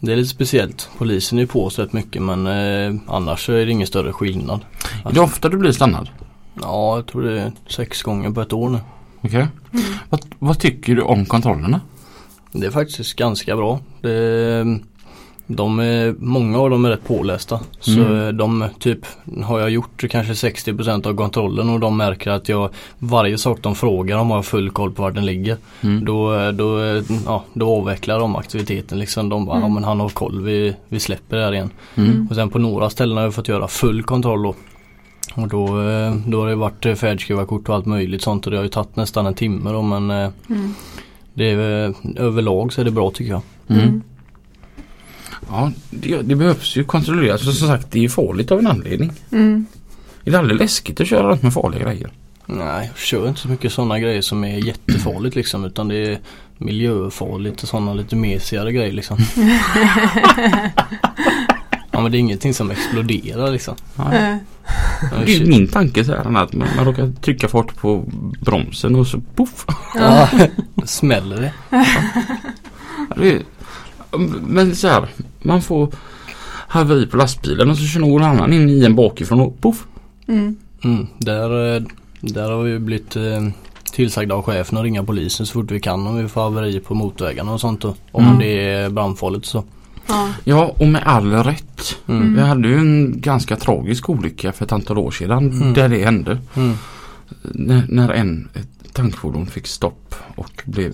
Speaker 3: det är lite speciellt. Polisen är ju på oss rätt mycket men eh, annars så är det ingen större skillnad.
Speaker 1: Är det ofta du blir stannad?
Speaker 3: Ja, jag tror det är sex gånger på ett år nu.
Speaker 1: Okej. Vad, vad tycker du om kontrollerna?
Speaker 3: Det är faktiskt ganska bra. Det, de är, många av dem är rätt pålästa. Så
Speaker 1: Mm.
Speaker 3: de typ har jag gjort kanske 60% av kontrollen och de märker att jag varje sak de frågar om har jag full koll på var den ligger.
Speaker 1: Mm.
Speaker 3: Då, då, ja, då avvecklar de aktiviteten liksom. De bara,
Speaker 2: Mm.
Speaker 3: ja men han har koll, vi, vi släpper det här igen.
Speaker 1: Mm.
Speaker 3: Och sen på några ställen har jag fått göra full kontroll då. Och då, eh, då har det varit eh, färdskrivarkort och allt möjligt sånt och det har ju tagit nästan en timme då men eh,
Speaker 2: Mm.
Speaker 3: det är, eh, överlag så är det bra tycker jag.
Speaker 1: Mm. Ja, det, det behövs ju kontrolleras. Så som sagt, det är ju farligt av en anledning.
Speaker 2: Mm.
Speaker 1: Är det aldrig läskigt att köra runt med farliga grejer?
Speaker 3: Nej, jag kör inte så mycket sådana grejer som är jättefarligt liksom utan det är miljöfarligt och sådana lite mesigare grejer liksom. ja men det är ingenting som exploderar liksom.
Speaker 1: Nej.
Speaker 2: Eh,
Speaker 3: Ja,
Speaker 1: Det är ju
Speaker 3: shit.
Speaker 1: min tanke så här att man, man råkar trycka fart på bromsen och så poff.
Speaker 2: Ja.
Speaker 3: Ja, smäller det.
Speaker 1: Det är- Men så här, man får haveri på lastbilen och så kör någon annan in i en bakifrån och poff.
Speaker 2: Mm.
Speaker 3: Mm, där, eh, där har vi ju blivit eh, tillsagda av chefen att ringa polisen så fort vi kan om vi får haveri på motorvägarna och sånt då. Om
Speaker 1: Mm.
Speaker 3: det är brandfarligt så.
Speaker 2: Ja.
Speaker 1: Ja, och med all rätt.
Speaker 3: Mm.
Speaker 2: Mm.
Speaker 1: Vi hade ju en ganska tragisk olycka för ett antal år sedan
Speaker 3: Mm.
Speaker 1: där det hände.
Speaker 3: Mm.
Speaker 1: När, när en ett tankfordon fick stopp och blev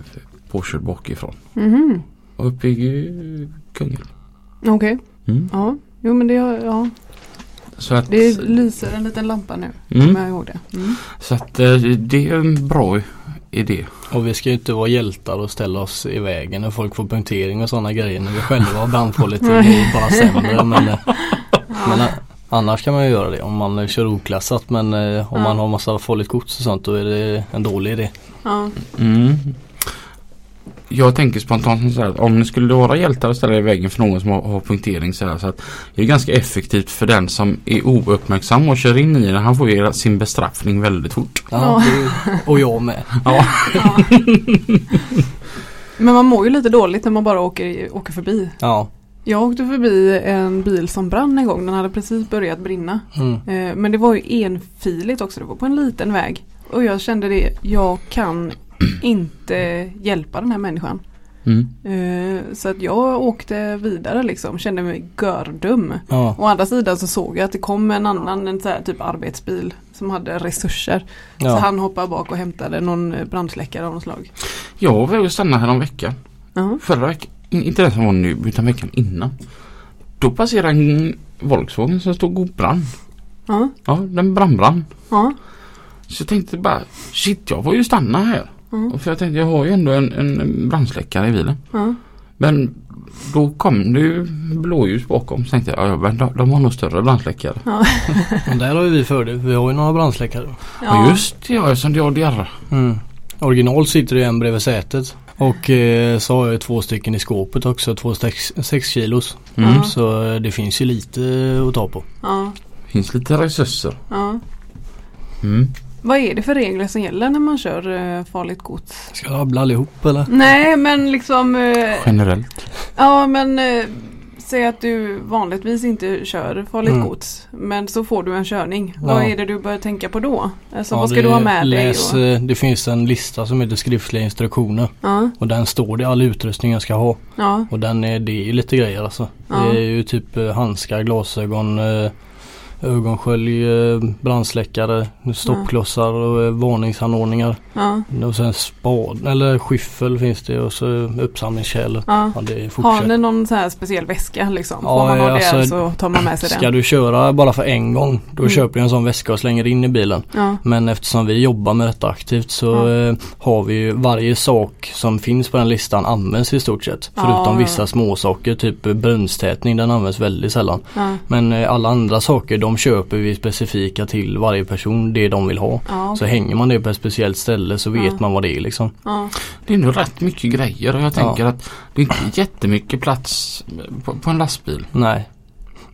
Speaker 1: påkörd bakifrån.
Speaker 2: Mhm.
Speaker 1: Och uppe i Kungälv.
Speaker 2: Okej,
Speaker 1: Mm.
Speaker 2: ja. Jo men det, har- ja.
Speaker 1: Så att,
Speaker 2: det lyser en liten lampa nu. Kommer
Speaker 1: mm,
Speaker 2: jag ihåg det. Mm.
Speaker 1: så att eh, det är en bra idé.
Speaker 3: Och vi ska ju inte vara hjältar och ställa oss i vägen när folk får punktering och sådana grejer när vi själva har brandfarligt och mår bara sämre. Men, eh, men eh, annars kan man ju göra det om man eh, kör oklassat men eh, om
Speaker 2: Ja.
Speaker 3: man har massa farligt gods och sånt då är det en dålig idé.
Speaker 2: Ja.
Speaker 1: Mm. Jag tänker spontant som så här, om ni skulle vara hjältar och ställa er i vägen för någon som har, har punktering så här. Så att det är ganska effektivt för den som är ouppmärksam och kör in i den. Han får ju sin bestraffning väldigt fort.
Speaker 3: Ja,
Speaker 2: Ja.
Speaker 3: det- och jag med.
Speaker 1: Ja.
Speaker 2: Ja. Men man mår ju lite dåligt när man bara åker, åker förbi.
Speaker 3: Ja.
Speaker 2: Jag åkte förbi en bil som brann en gång. Den hade precis börjat brinna.
Speaker 3: Mm.
Speaker 2: Eh, Men det var ju enfiligt också. Det var på en liten väg. Och jag kände det. Jag kan inte hjälpa den här människan.
Speaker 1: Mm.
Speaker 2: Eh, Så att jag åkte vidare liksom. Kände mig gördum.
Speaker 3: Ja.
Speaker 2: Å andra sidan så såg jag att det kom en annan en så här typ arbetsbil som hade resurser. Så
Speaker 3: Ja.
Speaker 2: han hoppade bak och hämtade någon eh, brandsläckare av något slag.
Speaker 1: Jag var ju stanna här om veckan.
Speaker 2: Ja.
Speaker 1: Förra veckan, in- inte den som var nu utan veckan innan. Då passerade en Volkswagen som stod och brann.
Speaker 2: Ja.
Speaker 1: Ja, den brann brann.
Speaker 2: Ja.
Speaker 1: Så jag tänkte bara shit jag får ju stanna här.
Speaker 2: Mm.
Speaker 1: Och För jag tänkte jag har ju ändå en, en brandsläckare i bilen.
Speaker 2: Ja.
Speaker 1: Men då kom det ju blåljus bakom. Så tänkte jag ja, men de, de har nog större brandsläckare.
Speaker 3: Men där har ju vi fördel. Vi har ju några brandsläckare.
Speaker 1: Ja just det ja, eftersom det har diarré.
Speaker 3: Mm. Original sitter ju en bredvid sätet. Och eh, så har jag ju två stycken i skåpet också, två sex, sex kilos.
Speaker 1: Mm.
Speaker 2: Ja.
Speaker 3: Så eh, det finns ju lite eh, att ta på.
Speaker 2: Ja.
Speaker 1: Finns lite resurser.
Speaker 2: Ja.
Speaker 1: Mm.
Speaker 2: Vad är det för regler som gäller när man kör eh, farligt gods?
Speaker 3: Ska jag rabbla allihop eller?
Speaker 2: Nej men liksom eh,
Speaker 1: Generellt.
Speaker 2: Ja men eh, Säg att du vanligtvis inte kör farligt
Speaker 3: Mm.
Speaker 2: gods men så får du en körning.
Speaker 3: Ja.
Speaker 2: Vad är det du bör tänka på då? Alltså
Speaker 3: Ja,
Speaker 2: vad ska
Speaker 3: det
Speaker 2: du ha med
Speaker 3: läs,
Speaker 2: dig? Och,
Speaker 3: eh, Det finns en lista som heter skriftliga instruktioner.
Speaker 2: ja,
Speaker 3: Och den står det all utrustning jag ska ha.
Speaker 2: ja,
Speaker 3: Och den är, det är ju lite grejer alltså.
Speaker 2: Ja.
Speaker 3: Det är ju typ eh, handskar, glasögon, eh, ögonskölj, eh, brandsläckare, stoppklossar och eh, varningsanordningar.
Speaker 2: Ja,
Speaker 3: Och sen spad eller skyffel finns det och så uppsamlingskärl.
Speaker 2: ja.
Speaker 3: Ja, det är
Speaker 2: Har
Speaker 3: fortsätt.
Speaker 2: ni någon så här speciell väska liksom? Får
Speaker 3: Ja,
Speaker 2: man ha det
Speaker 3: alltså,
Speaker 2: så tar man med sig
Speaker 3: Ska
Speaker 2: den.
Speaker 3: du köra bara för en gång då
Speaker 2: Mm.
Speaker 3: köper du en sån väska och slänger in i bilen.
Speaker 2: Ja,
Speaker 3: Men eftersom vi jobbar med detta aktivt så
Speaker 2: Ja.
Speaker 3: eh, har vi ju varje sak som finns på den listan används i stort sett.
Speaker 2: Ja,
Speaker 3: Förutom
Speaker 2: ja.
Speaker 3: vissa små saker typ eh, brunnstätning den används väldigt sällan.
Speaker 2: ja,
Speaker 3: Men eh, alla andra saker de köper vi specifika till varje person det de vill ha.
Speaker 2: ja,
Speaker 3: Så hänger man det på ett speciellt ställe så vet
Speaker 2: Ja.
Speaker 3: man vad det är liksom.
Speaker 2: ja,
Speaker 1: Det är nog rätt mycket grejer och jag tänker att det är inte jättemycket plats på, på en lastbil.
Speaker 3: Nej.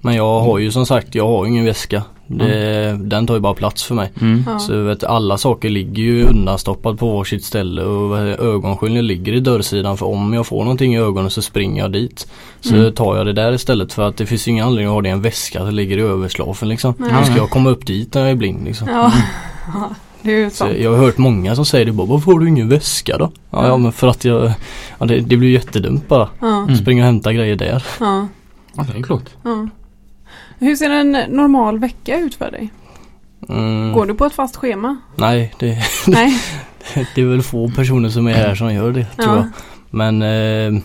Speaker 3: Men jag har ju som sagt, jag har ju ingen väska. Det, Den tar ju bara plats för mig.
Speaker 2: Mm.
Speaker 1: Mm.
Speaker 2: ja.
Speaker 3: Så vet, du, alla saker ligger ju undanstoppat på varsitt ställe och eh, ögonsköljen ligger i dörrsidan för om jag får någonting i ögonen så springer jag dit. Så
Speaker 1: Mm.
Speaker 3: tar jag det där istället för att det finns ju ingen anledning att ha det i en väska som ligger i överslafen liksom.
Speaker 2: Nej.
Speaker 3: Hur ska jag komma upp dit när jag är blind liksom?
Speaker 2: ja. Det är ju
Speaker 3: Så
Speaker 2: sant.
Speaker 3: jag har hört många som säger det bara, varför har du ingen väska då? Ja, ja
Speaker 2: Mm.
Speaker 3: men för att jag, ja, det, det blir ju jättedumt bara.
Speaker 2: Ja,
Speaker 1: Mm.
Speaker 3: Springa och hämta grejer där.
Speaker 2: ja,
Speaker 1: Ja, det är klokt.
Speaker 2: ja. Hur ser en normal vecka ut för dig?
Speaker 3: Mm,
Speaker 2: Går du på ett fast schema?
Speaker 3: Nej, det,
Speaker 2: Nej.
Speaker 3: det är väl få personer som är här som gör det tror jag.
Speaker 2: Ja,
Speaker 3: Men eh,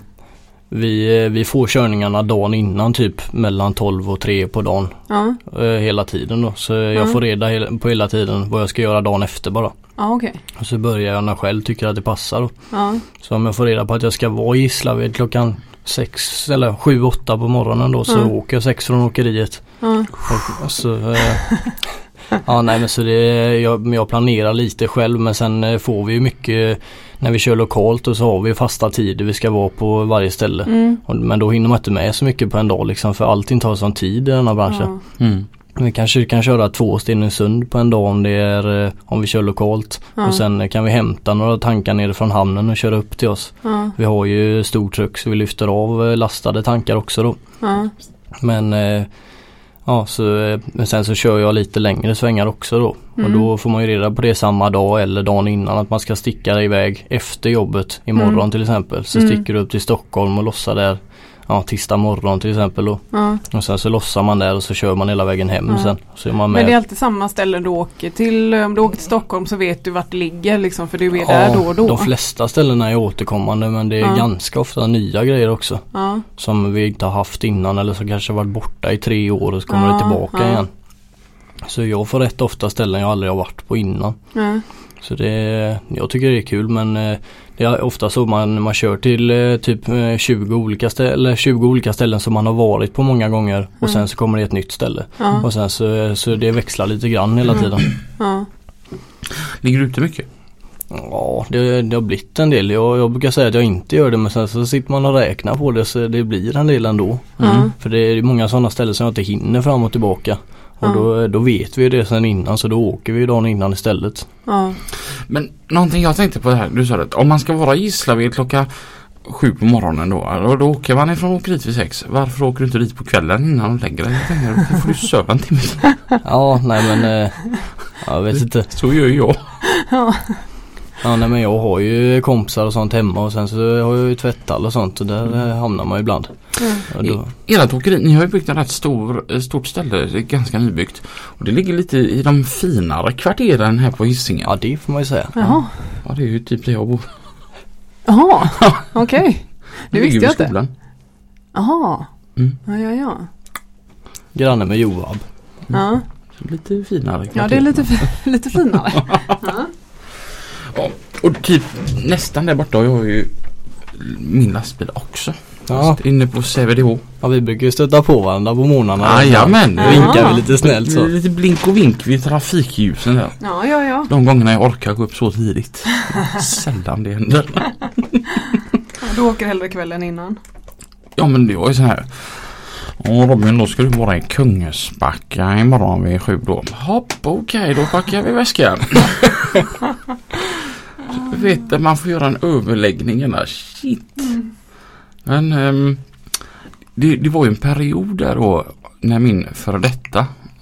Speaker 3: vi, eh, vi får körningarna dagen innan typ mellan 12 och 3 på dagen
Speaker 2: ja,
Speaker 3: eh, hela tiden då. Så jag
Speaker 2: Mm.
Speaker 3: får reda hela, på hela tiden vad jag ska göra dagen efter bara.
Speaker 2: ja okej.
Speaker 3: Och så börjar jag när jag själv tycker att det passar då.
Speaker 2: Ja,
Speaker 3: Så om jag får reda på att jag ska vara i Gislaved klockan 6 eller 7-8 på morgonen då så
Speaker 2: Mm.
Speaker 3: åker jag 6 från åkeriet.
Speaker 2: ja,
Speaker 3: Och, och så, eh, ja nej men så det, jag, men jag planerar lite själv men sen eh, får vi ju mycket när vi kör lokalt och så har vi fasta tider vi ska vara på varje ställe.
Speaker 2: mm.
Speaker 3: Och- Men då hinner man inte med så mycket på en dag liksom för allting tar sån tid i den här branschen.
Speaker 2: Ja,
Speaker 1: Mm.
Speaker 3: Vi kanske kan köra två Stenungsund på en dag om det är eh, om vi kör lokalt.
Speaker 2: ja,
Speaker 3: Och sen eh, kan vi hämta några tankar nere från hamnen och köra upp till oss.
Speaker 2: ja,
Speaker 3: Vi har ju stor truck så vi lyfter av eh, lastade tankar också då.
Speaker 2: ja,
Speaker 3: Men eh, ja, så, eh, men sen så kör jag lite längre svängar också då.
Speaker 2: Mm.
Speaker 3: Och då får man ju reda på det samma dag eller dagen innan att man ska sticka iväg efter jobbet imorgon
Speaker 2: Mm.
Speaker 3: till exempel. Så
Speaker 2: Mm.
Speaker 3: sticker du upp till Stockholm och lossar där ja, tisdag morgon till exempel då.
Speaker 2: ja.
Speaker 3: Och sen så lossar man där och så kör man hela vägen hem
Speaker 2: Ja.
Speaker 3: sen. Så är man med.
Speaker 2: Mm. Men det är alltid samma ställe du åker till. Om du åker till Stockholm så vet du vart det ligger liksom för du är där då och då.
Speaker 3: De flesta ställena är återkommande men det är
Speaker 2: Ja.
Speaker 3: ganska ofta nya grejer också.
Speaker 2: Ja,
Speaker 3: Som vi inte har haft innan eller som kanske varit borta i tre år och så kommer
Speaker 2: Ja,
Speaker 3: det tillbaka
Speaker 2: ja.
Speaker 3: igen. Så jag får rätt ofta ställen jag aldrig har varit på innan.
Speaker 2: ja,
Speaker 3: Så det, jag tycker det är kul men eh, det är ofta så man, man kör till eh, typ eh, 20 olika, stä- eller 20 olika ställen som man har varit på många gånger och
Speaker 2: Mm.
Speaker 3: sen så kommer det ett nytt ställe.
Speaker 2: ja,
Speaker 3: Och sen så, eh, så det växlar lite grann hela
Speaker 2: Mm.
Speaker 3: tiden.
Speaker 2: ja.
Speaker 1: Ligger du ute mycket?
Speaker 3: Ja, det, det har blivit en del. Jag, jag brukar säga att jag inte gör det men sen så sitter man och räknar på det så det blir en del ändå. Mm.
Speaker 2: Ja.
Speaker 3: För det är många sådana ställen som jag inte hinner fram och tillbaka. Och
Speaker 2: Ja.
Speaker 3: då, då vet vi det sen innan så då åker vi dagen innan istället.
Speaker 2: ja.
Speaker 1: Men någonting jag tänkte på det här. Du sa att om man ska vara i Gislaved klockan sju på morgonen då. Och då åker man ifrån åkeriet vid sex. Varför åker du inte dit på kvällen innan du lägger dig? Jag tänker, då får du söva en timme. till.
Speaker 3: Ja, nej men eh, jag vet inte.
Speaker 1: Så gör jag.
Speaker 3: Ja nej, men jag har ju kompisar och sånt hemma och sen så har jag ju tvättall och sånt och där eh, hamnar man ju ibland.
Speaker 2: Mm.
Speaker 3: Och då,
Speaker 1: Ert åkeri, ni har ju byggt en rätt stor, eh, stort ställe, det är ganska nybyggt. Och det ligger lite i de finare kvarteren här på Hisingen.
Speaker 3: ja det får man ju säga.
Speaker 2: Jaha.
Speaker 1: Ja, det är ju typ där jag bor.
Speaker 2: Jaha, okej. Det
Speaker 1: ligger
Speaker 2: visste jag
Speaker 1: vid
Speaker 2: inte.
Speaker 1: skolan.
Speaker 2: Jaha.
Speaker 1: Mm.
Speaker 2: Ja, ja, ja.
Speaker 3: Granne med Joab.
Speaker 2: Ja,
Speaker 1: Lite finare kvarter.
Speaker 2: ja det är lite, fi- lite finare.
Speaker 1: Ja, och typ nästan där borta har jag ju min lastbil också.
Speaker 3: Ja,
Speaker 1: Inne på CVDH.
Speaker 3: ja vi brukar ju stöta på varandra på morgnarna.
Speaker 1: Jajamän!
Speaker 2: Ja.
Speaker 3: Vinkar vi lite snällt
Speaker 2: Mm.
Speaker 3: så.
Speaker 1: Lite blink och vink vid trafikljusen där.
Speaker 2: Ja, ja, ja.
Speaker 1: De gångerna jag orkar gå upp så tidigt. Sällan det händer.
Speaker 2: Du åker hellre kvällen innan.
Speaker 1: Ja men det var ju så här. Ja Robin då ska du vara i Kungsbacka imorgon vid sju då. Hopp okej då packar vi väskan. Du vet att man får göra en överläggning annars. Shit. Men ehm, det, det var ju en period där då när min före detta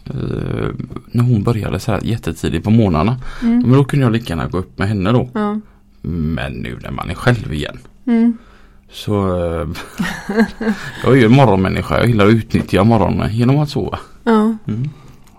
Speaker 1: eh, när hon började så här jättetidigt på morgnarna.
Speaker 2: Mm.
Speaker 1: Men då kunde jag lika gärna gå upp med henne då.
Speaker 2: Ja.
Speaker 1: Men nu när man är själv igen
Speaker 2: Mm.
Speaker 1: så eh,
Speaker 3: Mm.
Speaker 1: jag är ju en morgonmänniska. Jag gillar att utnyttja morgonen genom att sova.
Speaker 2: Ja.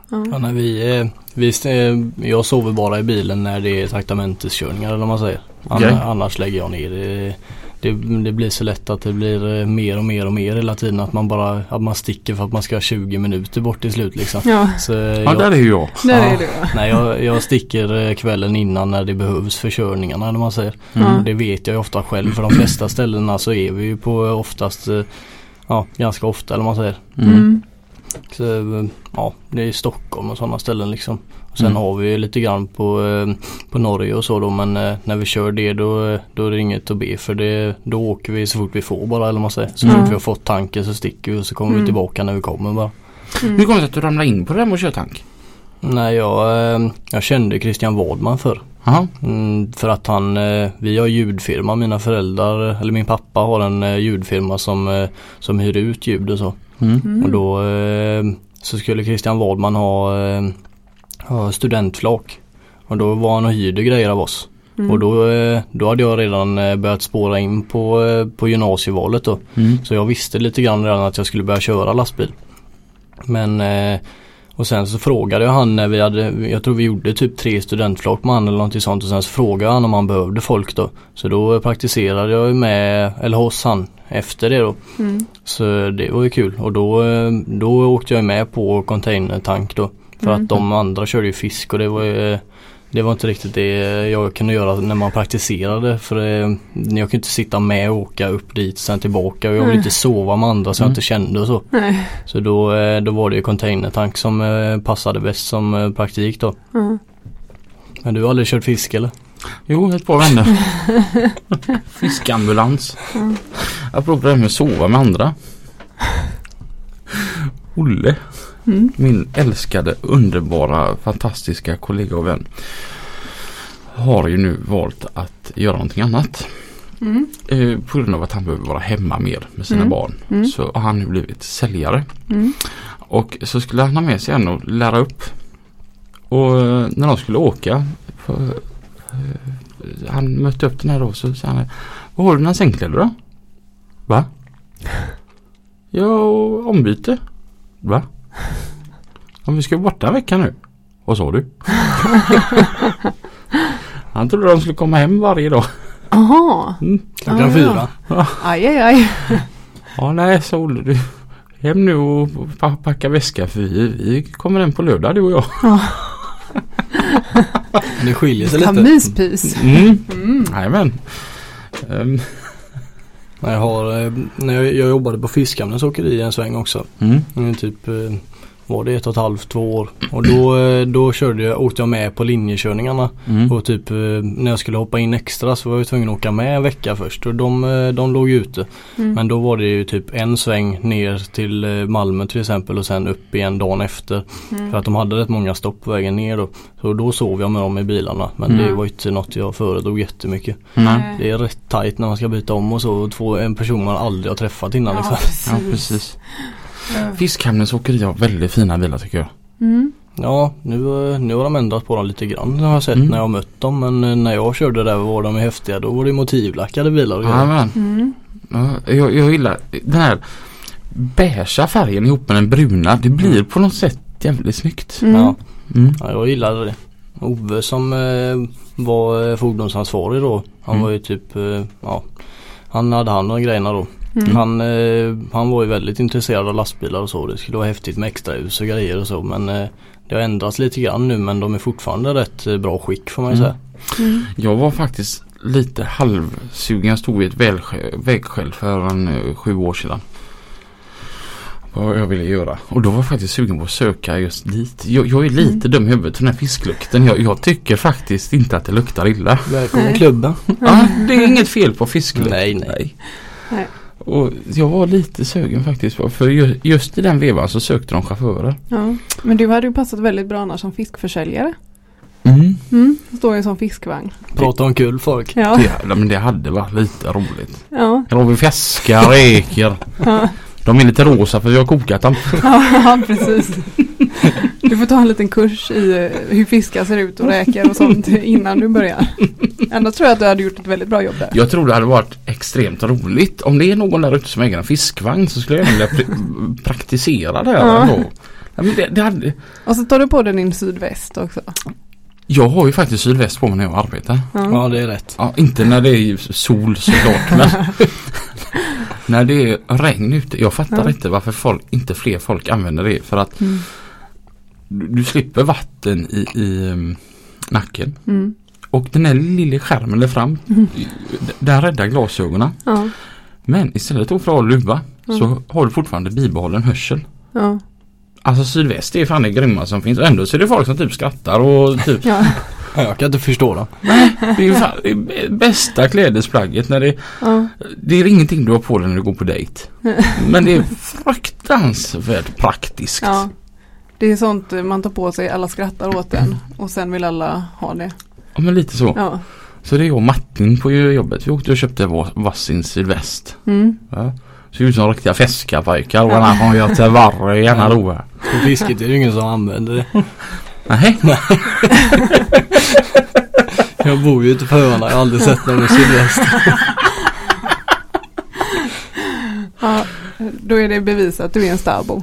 Speaker 2: Ja.
Speaker 3: Ja, nej, vi, eh, vi, eh, jag sover bara i bilen när det är traktamenterskörningar eller vad man säger. Ann-
Speaker 1: Okej.
Speaker 3: Annars lägger jag ner. Det, det, det blir så lätt att det blir eh, mer och mer och mer hela tiden. Att man bara att man sticker för att man ska ha 20 minuter bort till slut liksom.
Speaker 2: ja,
Speaker 3: Så eh,
Speaker 1: Ja,
Speaker 3: jag,
Speaker 1: där är ju jag.
Speaker 2: där
Speaker 3: Ja.
Speaker 2: är du. ja.
Speaker 3: nej, jag, jag sticker eh, kvällen innan när det behövs för körningarna eller vad man säger.
Speaker 1: Mm.
Speaker 2: Ja.
Speaker 3: Mm, Det vet jag ju ofta själv för de flesta ställena så är vi ju på eh, oftast eh, Ja, ganska ofta eller vad man säger.
Speaker 1: Mm.
Speaker 2: Mm.
Speaker 3: Så, eh, ja, det är Stockholm och sådana ställen liksom. Och sen
Speaker 1: Mm.
Speaker 3: har vi ju lite grann på, eh, på Norge och så då men eh, när vi kör det då, eh, då är det inget att be för det, då åker vi så fort vi får bara eller vad man säger. Så
Speaker 2: Mm.
Speaker 3: fort vi har fått tanken så sticker vi och så kommer
Speaker 2: Mm.
Speaker 3: vi tillbaka när vi kommer bara.
Speaker 2: Mm.
Speaker 1: Hur kommer det sig att du ramlade in på det där med att köra tank?
Speaker 3: Nej jag, eh, jag kände Christian Wadman förr.
Speaker 1: Jaha.
Speaker 3: Mm, för att han, eh, vi har ljudfirma, mina föräldrar, eller min pappa har en eh, ljudfirma som, eh, som hyr ut ljud och så.
Speaker 1: Mm.
Speaker 2: Mm.
Speaker 3: Och då eh, så skulle Christian Wadman ha, eh, ha studentflak. Och då var han och hyrde grejer av oss.
Speaker 2: Mm.
Speaker 3: Och då, eh, då hade jag redan eh, börjat spåra in på, eh, på gymnasievalet då.
Speaker 1: Mm.
Speaker 3: Så jag visste lite grann redan att jag skulle börja köra lastbil. Men eh, och sen så frågade jag han när vi hade, jag tror vi gjorde typ tre studentflak med han eller någonting sånt och sen så frågade han om han behövde folk då. Så då praktiserade jag ju med, eller hos han efter det då.
Speaker 2: Mm.
Speaker 3: Så det var ju kul och då, eh, då åkte jag med på containertank då. För
Speaker 2: Mm.
Speaker 3: att de andra körde ju fisk och det var ju eh, det var inte riktigt det jag kunde göra när man praktiserade för eh, jag kunde inte sitta med och åka upp dit sen tillbaka och jag
Speaker 2: Nej.
Speaker 3: ville inte sova med andra så jag
Speaker 1: Mm.
Speaker 3: inte kände och så.
Speaker 2: Nej.
Speaker 3: Så då, eh, då var det ju containertank som eh, passade bäst som eh, praktik då.
Speaker 2: Ja.
Speaker 3: Men du har aldrig kört fisk eller?
Speaker 1: Jo, ett par vänner. Fiskambulans.
Speaker 2: Mm.
Speaker 1: Apropå det här med att sova med andra. Olle,
Speaker 2: Mm.
Speaker 1: min älskade, underbara, fantastiska kollega och vän. Har ju nu valt att göra någonting annat.
Speaker 2: Mm.
Speaker 1: Eh, på grund av att han behöver vara hemma mer med sina
Speaker 2: Mm.
Speaker 1: barn.
Speaker 2: Mm.
Speaker 1: Så har han nu blivit säljare.
Speaker 2: Mm.
Speaker 1: Och så skulle han ha med sig en och lära upp. Och eh, när de skulle åka. För, eh, han mötte upp den här då så sa han Vad har du dina sängkläder då? Va? Ja, ombyte. Va? Om vi ska vara borta en vecka nu. Vad sa du? han trodde de skulle komma hem varje dag.
Speaker 2: Aha.
Speaker 3: Klockan
Speaker 2: Ja, ja.
Speaker 3: fyra.
Speaker 2: Aj, aj, aj.
Speaker 1: Ja nej sa Olle du. Hem nu och pa- packa väska för vi, vi kommer hem på lördag du och jag.
Speaker 3: Det skiljer sig lite.
Speaker 2: Kamispis.
Speaker 1: Mm.
Speaker 2: Mm.
Speaker 1: Jajamän. Ehm,
Speaker 3: När jag, har, eh, när jag, jag jobbade på Fiskhamnens åkeri en sväng också.
Speaker 1: mm.
Speaker 3: Mm, Typ eh, var det ett och ett halvt, två år. Och då, eh, då körde jag, åkte jag med på linjekörningarna.
Speaker 1: Mm.
Speaker 3: Och typ eh, när jag skulle hoppa in extra så var jag tvungen att åka med en vecka först. Och de, eh, de låg ju ute.
Speaker 2: Mm.
Speaker 3: Men då var det ju typ en sväng ner till eh, Malmö till exempel och sen upp igen dagen efter.
Speaker 2: Mm.
Speaker 3: För att de hade rätt många stopp på vägen ner då. Så då sov jag med dem i bilarna. Men det
Speaker 2: Mm.
Speaker 3: var ju inte något jag föredrog jättemycket.
Speaker 1: Nej.
Speaker 2: Nej.
Speaker 3: Det är rätt tajt när man ska byta om och så. Och två, en person man aldrig har träffat innan
Speaker 2: Ja,
Speaker 3: liksom.
Speaker 2: precis.
Speaker 1: Ja precis.
Speaker 2: Ja.
Speaker 1: Fiskhamnens åkeri har väldigt fina bilar tycker jag.
Speaker 2: Mm.
Speaker 3: Ja, nu, eh, nu har de ändrat på dem lite grann har jag sett
Speaker 1: Mm.
Speaker 3: när jag har mött dem. Men eh, när jag körde där var de häftiga. Då var det motivlackade bilar och grejer.
Speaker 1: Jajamän.
Speaker 2: Mm.
Speaker 1: Ja, jag, jag gillar den här beigea färgen ihop med den bruna. Det blir på något sätt jävligt snyggt.
Speaker 2: Mm.
Speaker 3: Ja,
Speaker 1: Mm.
Speaker 3: ja, jag gillade det. Ove som eh, var eh, fordonsansvarig då. Han
Speaker 1: Mm.
Speaker 3: var ju typ, eh, ja. Han hade hand om grejerna då.
Speaker 2: Mm.
Speaker 3: Han, eh, han var ju väldigt intresserad av lastbilar och så. Det skulle vara häftigt med extrahus och grejer och så. Men eh, det har ändrats lite grann nu men de är fortfarande rätt eh, bra skick får man ju
Speaker 1: Mm.
Speaker 3: säga.
Speaker 2: Mm.
Speaker 1: Jag var faktiskt lite halvsugen. Jag stod vid ett välskä- vägskäl för en, eh, sju år sedan. Vad jag ville göra. Och då var jag faktiskt sugen på att söka just dit. Jag, jag är lite dum i huvudet för den här fisklukten. Jag, jag tycker faktiskt inte att det luktar illa.
Speaker 3: Välkommen
Speaker 2: Nej.
Speaker 3: i klubben.
Speaker 1: Ja, det är inget fel på fisklukt.
Speaker 3: Nej, nej.
Speaker 2: Nej.
Speaker 1: Och jag var lite sugen faktiskt. på- För ju- just i den vevan så sökte de chaufförer.
Speaker 2: Ja. Men du hade ju passat väldigt bra annars som fiskförsäljare. Mm. Står ju som fiskvagn.
Speaker 3: Prata om kul folk.
Speaker 2: Ja.
Speaker 1: Det, men det hade varit lite roligt.
Speaker 2: Ja.
Speaker 1: Här har vi fiskar, räkor.
Speaker 2: Ja.
Speaker 1: De är lite rosa för vi har kokat dem.
Speaker 2: ja, precis. Du får ta en liten kurs i eh, hur fiskar ser ut och räkor och sånt innan du börjar. Annars tror jag att du hade gjort ett väldigt bra jobb där.
Speaker 1: Jag tror det hade varit extremt roligt. Om det är någon där ute som äger en fiskvagn så skulle jag vilja pr- praktisera det här
Speaker 2: Ja.
Speaker 1: ändå. Ja, men det, det hade,
Speaker 2: Och så tar du på dig din sydväst också.
Speaker 1: jag har ju faktiskt sydväst på mig när jag arbetar.
Speaker 2: Ja.
Speaker 3: Ja det är rätt.
Speaker 1: Ja, inte när det är sol såklart men när det är regn ute. Jag fattar
Speaker 2: Ja.
Speaker 1: inte varför folk, inte fler folk använder det för att
Speaker 2: Mm.
Speaker 1: du, du slipper vatten i, i um, nacken.
Speaker 2: Mm.
Speaker 1: Och den här lilla skärmen där fram, i- d- där räddar glasögonen.
Speaker 2: Ja.
Speaker 1: Men istället för att ha luva
Speaker 2: Mm.
Speaker 1: så har du fortfarande bibehållen hörsel.
Speaker 2: Ja.
Speaker 1: Alltså sydväst är fan det grymma som finns. Ändå så är det folk som typ skrattar och typ
Speaker 2: Ja.
Speaker 3: Ja, jag kan inte förstå dem.
Speaker 1: Det är ju fan, det är b- bästa klädesplagget när det
Speaker 2: Ja.
Speaker 1: Det är ingenting du har på dig när du går på dejt. Men det är fruktansvärt praktiskt.
Speaker 2: ja. Det är sånt man tar på sig, alla skrattar åt en och sen vill alla ha det.
Speaker 1: Ja, men lite så.
Speaker 2: Ja.
Speaker 1: Så det är jag och Martin på jobbet. Vi åkte och köpte var- varsin sydväst.
Speaker 2: Mm.
Speaker 1: Ja. Ser ut som riktiga fiskapojkar och den här har jag till varje jävla roa.
Speaker 3: På fisket är det ingen som använder det.
Speaker 1: Nej,
Speaker 3: Jag bor ju ute på öarna, jag har aldrig sett någon med sydväst.
Speaker 2: Ja, då är det bevis att du är en starbo.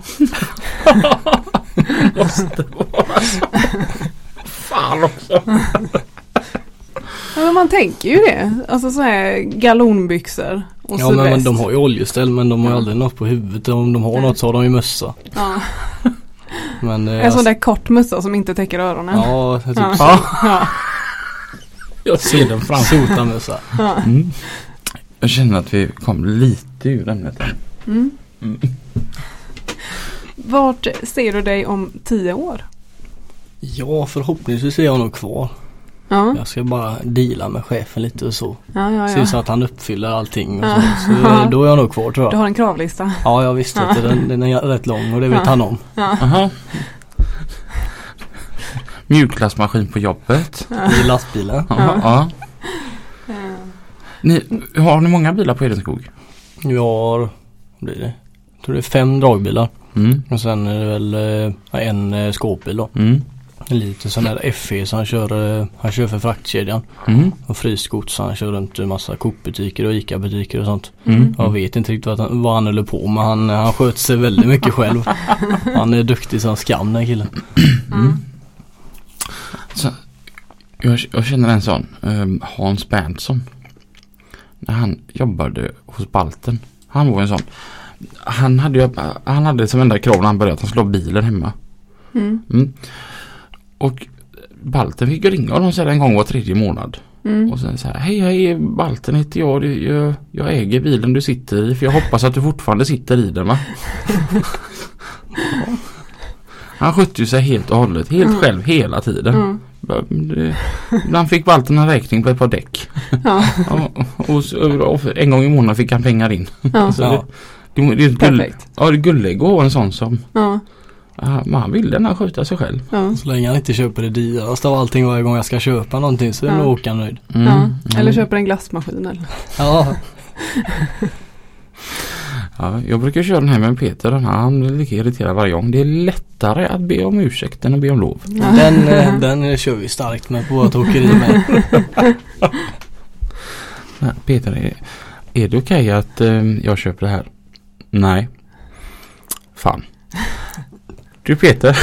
Speaker 1: måste vara så. Fan också.
Speaker 2: Ja, men man tänker ju det. Alltså så här galonbyxor och
Speaker 3: Ja men,
Speaker 2: sydväst.
Speaker 3: men de har ju oljeställ men de har ju
Speaker 2: Ja.
Speaker 3: aldrig något på huvudet. Om de har något så har de ju mössa.
Speaker 2: ja.
Speaker 3: Men, eh,
Speaker 2: En sån där kort mössa som inte täcker öronen.
Speaker 3: Ja, typ
Speaker 2: Ja.
Speaker 3: ja.
Speaker 1: Ja,
Speaker 2: Ja.
Speaker 1: jag ser den framför
Speaker 3: sotarmössa.
Speaker 2: Ja.
Speaker 1: mm. Jag känner att vi kom lite ur ämnet. här.
Speaker 2: Mm. Vart ser du dig om tio år?
Speaker 3: Ja förhoppningsvis är jag nog kvar.
Speaker 2: Ja,
Speaker 3: Jag ska bara deala med chefen lite och så.
Speaker 2: ja, ja.
Speaker 3: Se
Speaker 2: ja.
Speaker 3: så att han uppfyller allting och
Speaker 2: Ja.
Speaker 3: så. så eh, då är jag nog kvar tror
Speaker 2: Du
Speaker 3: jag.
Speaker 2: har en kravlista.
Speaker 3: Ja jag visste att den, den är rätt lång och det vet
Speaker 2: Ja.
Speaker 3: han om.
Speaker 1: Aha. Mjukglassmaskin på jobbet.
Speaker 3: I lastbilen.
Speaker 1: Ja. ja. Ni, har ni många bilar på Edenskog?
Speaker 3: Jag har, vad blir det? Jag tror det är fem dragbilar.
Speaker 1: Mm.
Speaker 3: Och sen är det väl eh, en eh, skåpbil då.
Speaker 1: Mm.
Speaker 3: En liten sån här FE som han kör, eh, han kör för fraktkedjan.
Speaker 1: Mm.
Speaker 3: Och frysgods han kör runt i massa Coop-butiker och ICA-butiker och sånt.
Speaker 1: Mm.
Speaker 3: Jag vet inte riktigt vad han, vad han höll på med. Han, han sköt sig väldigt mycket själv. Han är duktig som skam den här killen.
Speaker 2: Mm.
Speaker 1: Jag, jag känner en sån, ehm, Hans Berntsson. När han jobbade hos Balten. Han var en sån. Han hade, ju, han hade som enda krav när han började att han skulle ha bilen hemma.
Speaker 2: Mm.
Speaker 1: Mm. Och Balten fick ju ringa honom så här en gång var tredje månad.
Speaker 2: Mm.
Speaker 1: Och sen så här, hej hej Balten heter jag. Det- jag. Jag äger bilen du sitter i för jag hoppas att du fortfarande sitter i den va? Han skötte ju sig helt och hållet, helt
Speaker 2: Mm.
Speaker 1: själv hela tiden.
Speaker 2: Mm.
Speaker 1: Bara, det- Ibland fick Balten en räkning på ett par däck.
Speaker 2: Ja,
Speaker 1: Ja, Och, så- och en gång i månaden fick han pengar in.
Speaker 2: ja.
Speaker 1: Så
Speaker 3: Ja.
Speaker 1: Det, det, det är gull,
Speaker 2: Perfekt.
Speaker 1: ja, det är gullig att ha en sån som
Speaker 2: Ja,
Speaker 1: ja, men han ville när han sköta sig själv.
Speaker 2: ja.
Speaker 3: Så länge han inte köper det dyraste av allting varje gång jag ska köpa någonting så är
Speaker 2: Ja.
Speaker 3: nog Håkan nöjd.
Speaker 1: Mm.
Speaker 2: ja. Eller
Speaker 1: Mm.
Speaker 2: köper en glassmaskin eller.
Speaker 3: Ja,
Speaker 1: Ja, jag brukar köra den här med Peter. Den här, han blir lika irriterad varje gång. Det är lättare att be om ursäkt än att be om lov.
Speaker 3: den, eh, den eh, kör vi starkt med på vårt åkeri med.
Speaker 1: Nej, Peter, är, är det okej att eh, jag köper det här? Nej. Fan. Du Peter.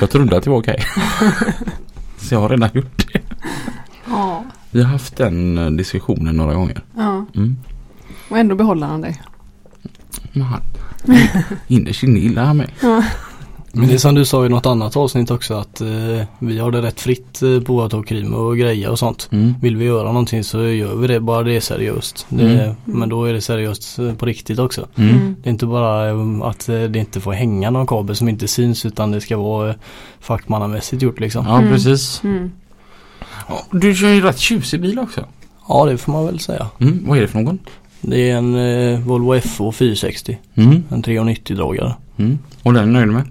Speaker 1: jag trodde att det var okej. Så jag har redan gjort.
Speaker 2: Ja.
Speaker 1: Vi har haft den eh, diskussionen några gånger.
Speaker 2: ja.
Speaker 1: Mm.
Speaker 2: Och ändå behåller han dig.
Speaker 1: Men han, innerst inne gillar han mig.
Speaker 2: Ja.
Speaker 3: Men det är som du sa i något annat avsnitt också att eh, vi har det rätt fritt eh, på vårt åkeri med och grejer och sånt.
Speaker 1: Mm.
Speaker 3: Vill vi göra någonting så gör vi det bara det är seriöst. Det,
Speaker 1: Mm.
Speaker 3: Men då är det seriöst eh, på riktigt också.
Speaker 1: Mm.
Speaker 3: Det är inte bara eh, att eh, det inte får hänga någon kabel som inte syns utan det ska vara eh, fackmannamässigt gjort liksom. Ja.
Speaker 1: Ja,
Speaker 2: Mm.
Speaker 1: precis.
Speaker 2: Mm.
Speaker 1: Du kör ju rätt tjusig bil också.
Speaker 3: det får man väl säga.
Speaker 1: Mm. Vad är det för någon?
Speaker 3: Det är en eh, Volvo FH 460.
Speaker 1: Mm.
Speaker 3: En 390-dragare.
Speaker 1: Mm. Och den är du nöjd med?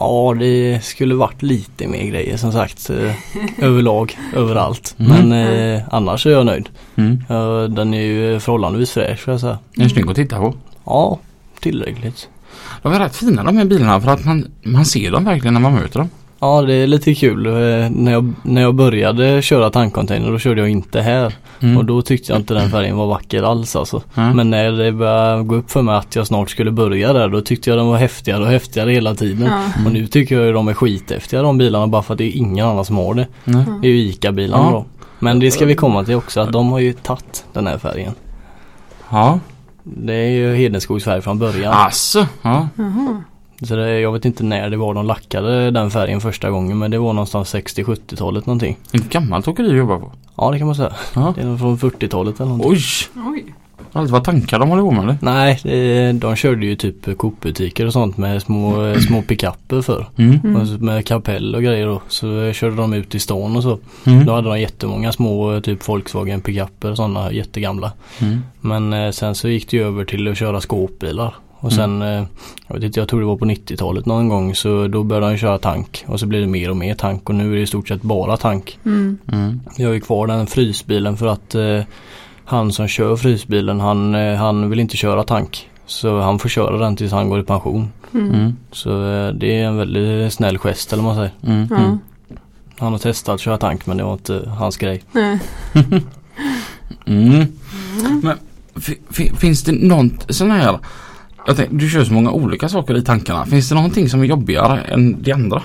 Speaker 3: Ja det skulle varit lite mer grejer som sagt. Eh, överlag, överallt.
Speaker 1: Mm.
Speaker 3: Men eh, annars är jag nöjd.
Speaker 1: Mm.
Speaker 3: Eh, den är ju förhållandevis fräsch ska jag säga.
Speaker 1: Den är snygg att titta på.
Speaker 3: Ja, tillräckligt.
Speaker 1: De är rätt fina de här bilarna för att man, man ser dem verkligen när man möter dem.
Speaker 3: Ja det är lite kul. Eh, När jag, när jag började köra tankcontainer då körde jag inte här.
Speaker 1: Mm.
Speaker 3: Och då tyckte jag inte den färgen var vacker alls alltså.
Speaker 1: Ja.
Speaker 3: Men när det började gå upp för mig att jag snart skulle börja där då tyckte jag de var häftigare och häftigare hela
Speaker 1: Mm.
Speaker 3: tiden.
Speaker 2: Ja.
Speaker 3: Och nu tycker jag ju de är skithäftiga de bilarna bara för att det är ingen annan som har det.
Speaker 1: Nej.
Speaker 3: Det är ju ICA-bilarna
Speaker 1: Ja.
Speaker 3: då. Men det ska vi komma till också att de har ju tagit den här färgen.
Speaker 1: Ja.
Speaker 3: Det är ju Hedenskogs färg från början.
Speaker 1: Alltså. Ja.
Speaker 2: Jaha.
Speaker 3: Så det, jag vet inte när det var de lackade den färgen första gången men det var någonstans 60-70-talet någonting.
Speaker 1: Ett gammalt åkeri du jobbar på.
Speaker 3: Ja det kan man säga.
Speaker 1: Ja.
Speaker 3: Det är nog från 40-talet eller någonting.
Speaker 1: Oj.
Speaker 2: Oj.
Speaker 1: Allt vad tankar de håller på med eller?
Speaker 3: Nej, det, de körde ju typ Coop-butiker och sånt med små, eh, små pickuper för.
Speaker 1: Mm.
Speaker 2: Mm.
Speaker 3: Med kapell och grejer då. Så körde de ut i stan och så. Då
Speaker 1: Mm.
Speaker 3: hade de jättemånga små typ Volkswagen pickuper och sådana jättegamla.
Speaker 1: Mm.
Speaker 3: Men eh, sen så gick det ju över till att köra skåpbilar. Och sen, eh, jag vet inte, jag tror det var på 90-talet någon gång så då började de köra tank. Och så blev det mer och mer tank och nu är det i stort sett bara tank.
Speaker 2: Mm.
Speaker 1: Mm.
Speaker 3: Vi har ju kvar den frysbilen för att eh, han som kör frysbilen han, eh, han vill inte köra tank. Så han får köra den tills han går i pension.
Speaker 2: Mm.
Speaker 1: Mm.
Speaker 3: Så eh, det är en väldigt snäll gest eller vad man säger.
Speaker 1: Mm.
Speaker 2: Ja.
Speaker 1: Mm.
Speaker 3: Han har testat att köra tank men det var inte hans grej.
Speaker 2: Nej.
Speaker 1: Mm. Men fi- fi- finns det något sån här jag tänkte, du kör så många olika saker i tankarna. Finns det någonting som är jobbigare än det andra?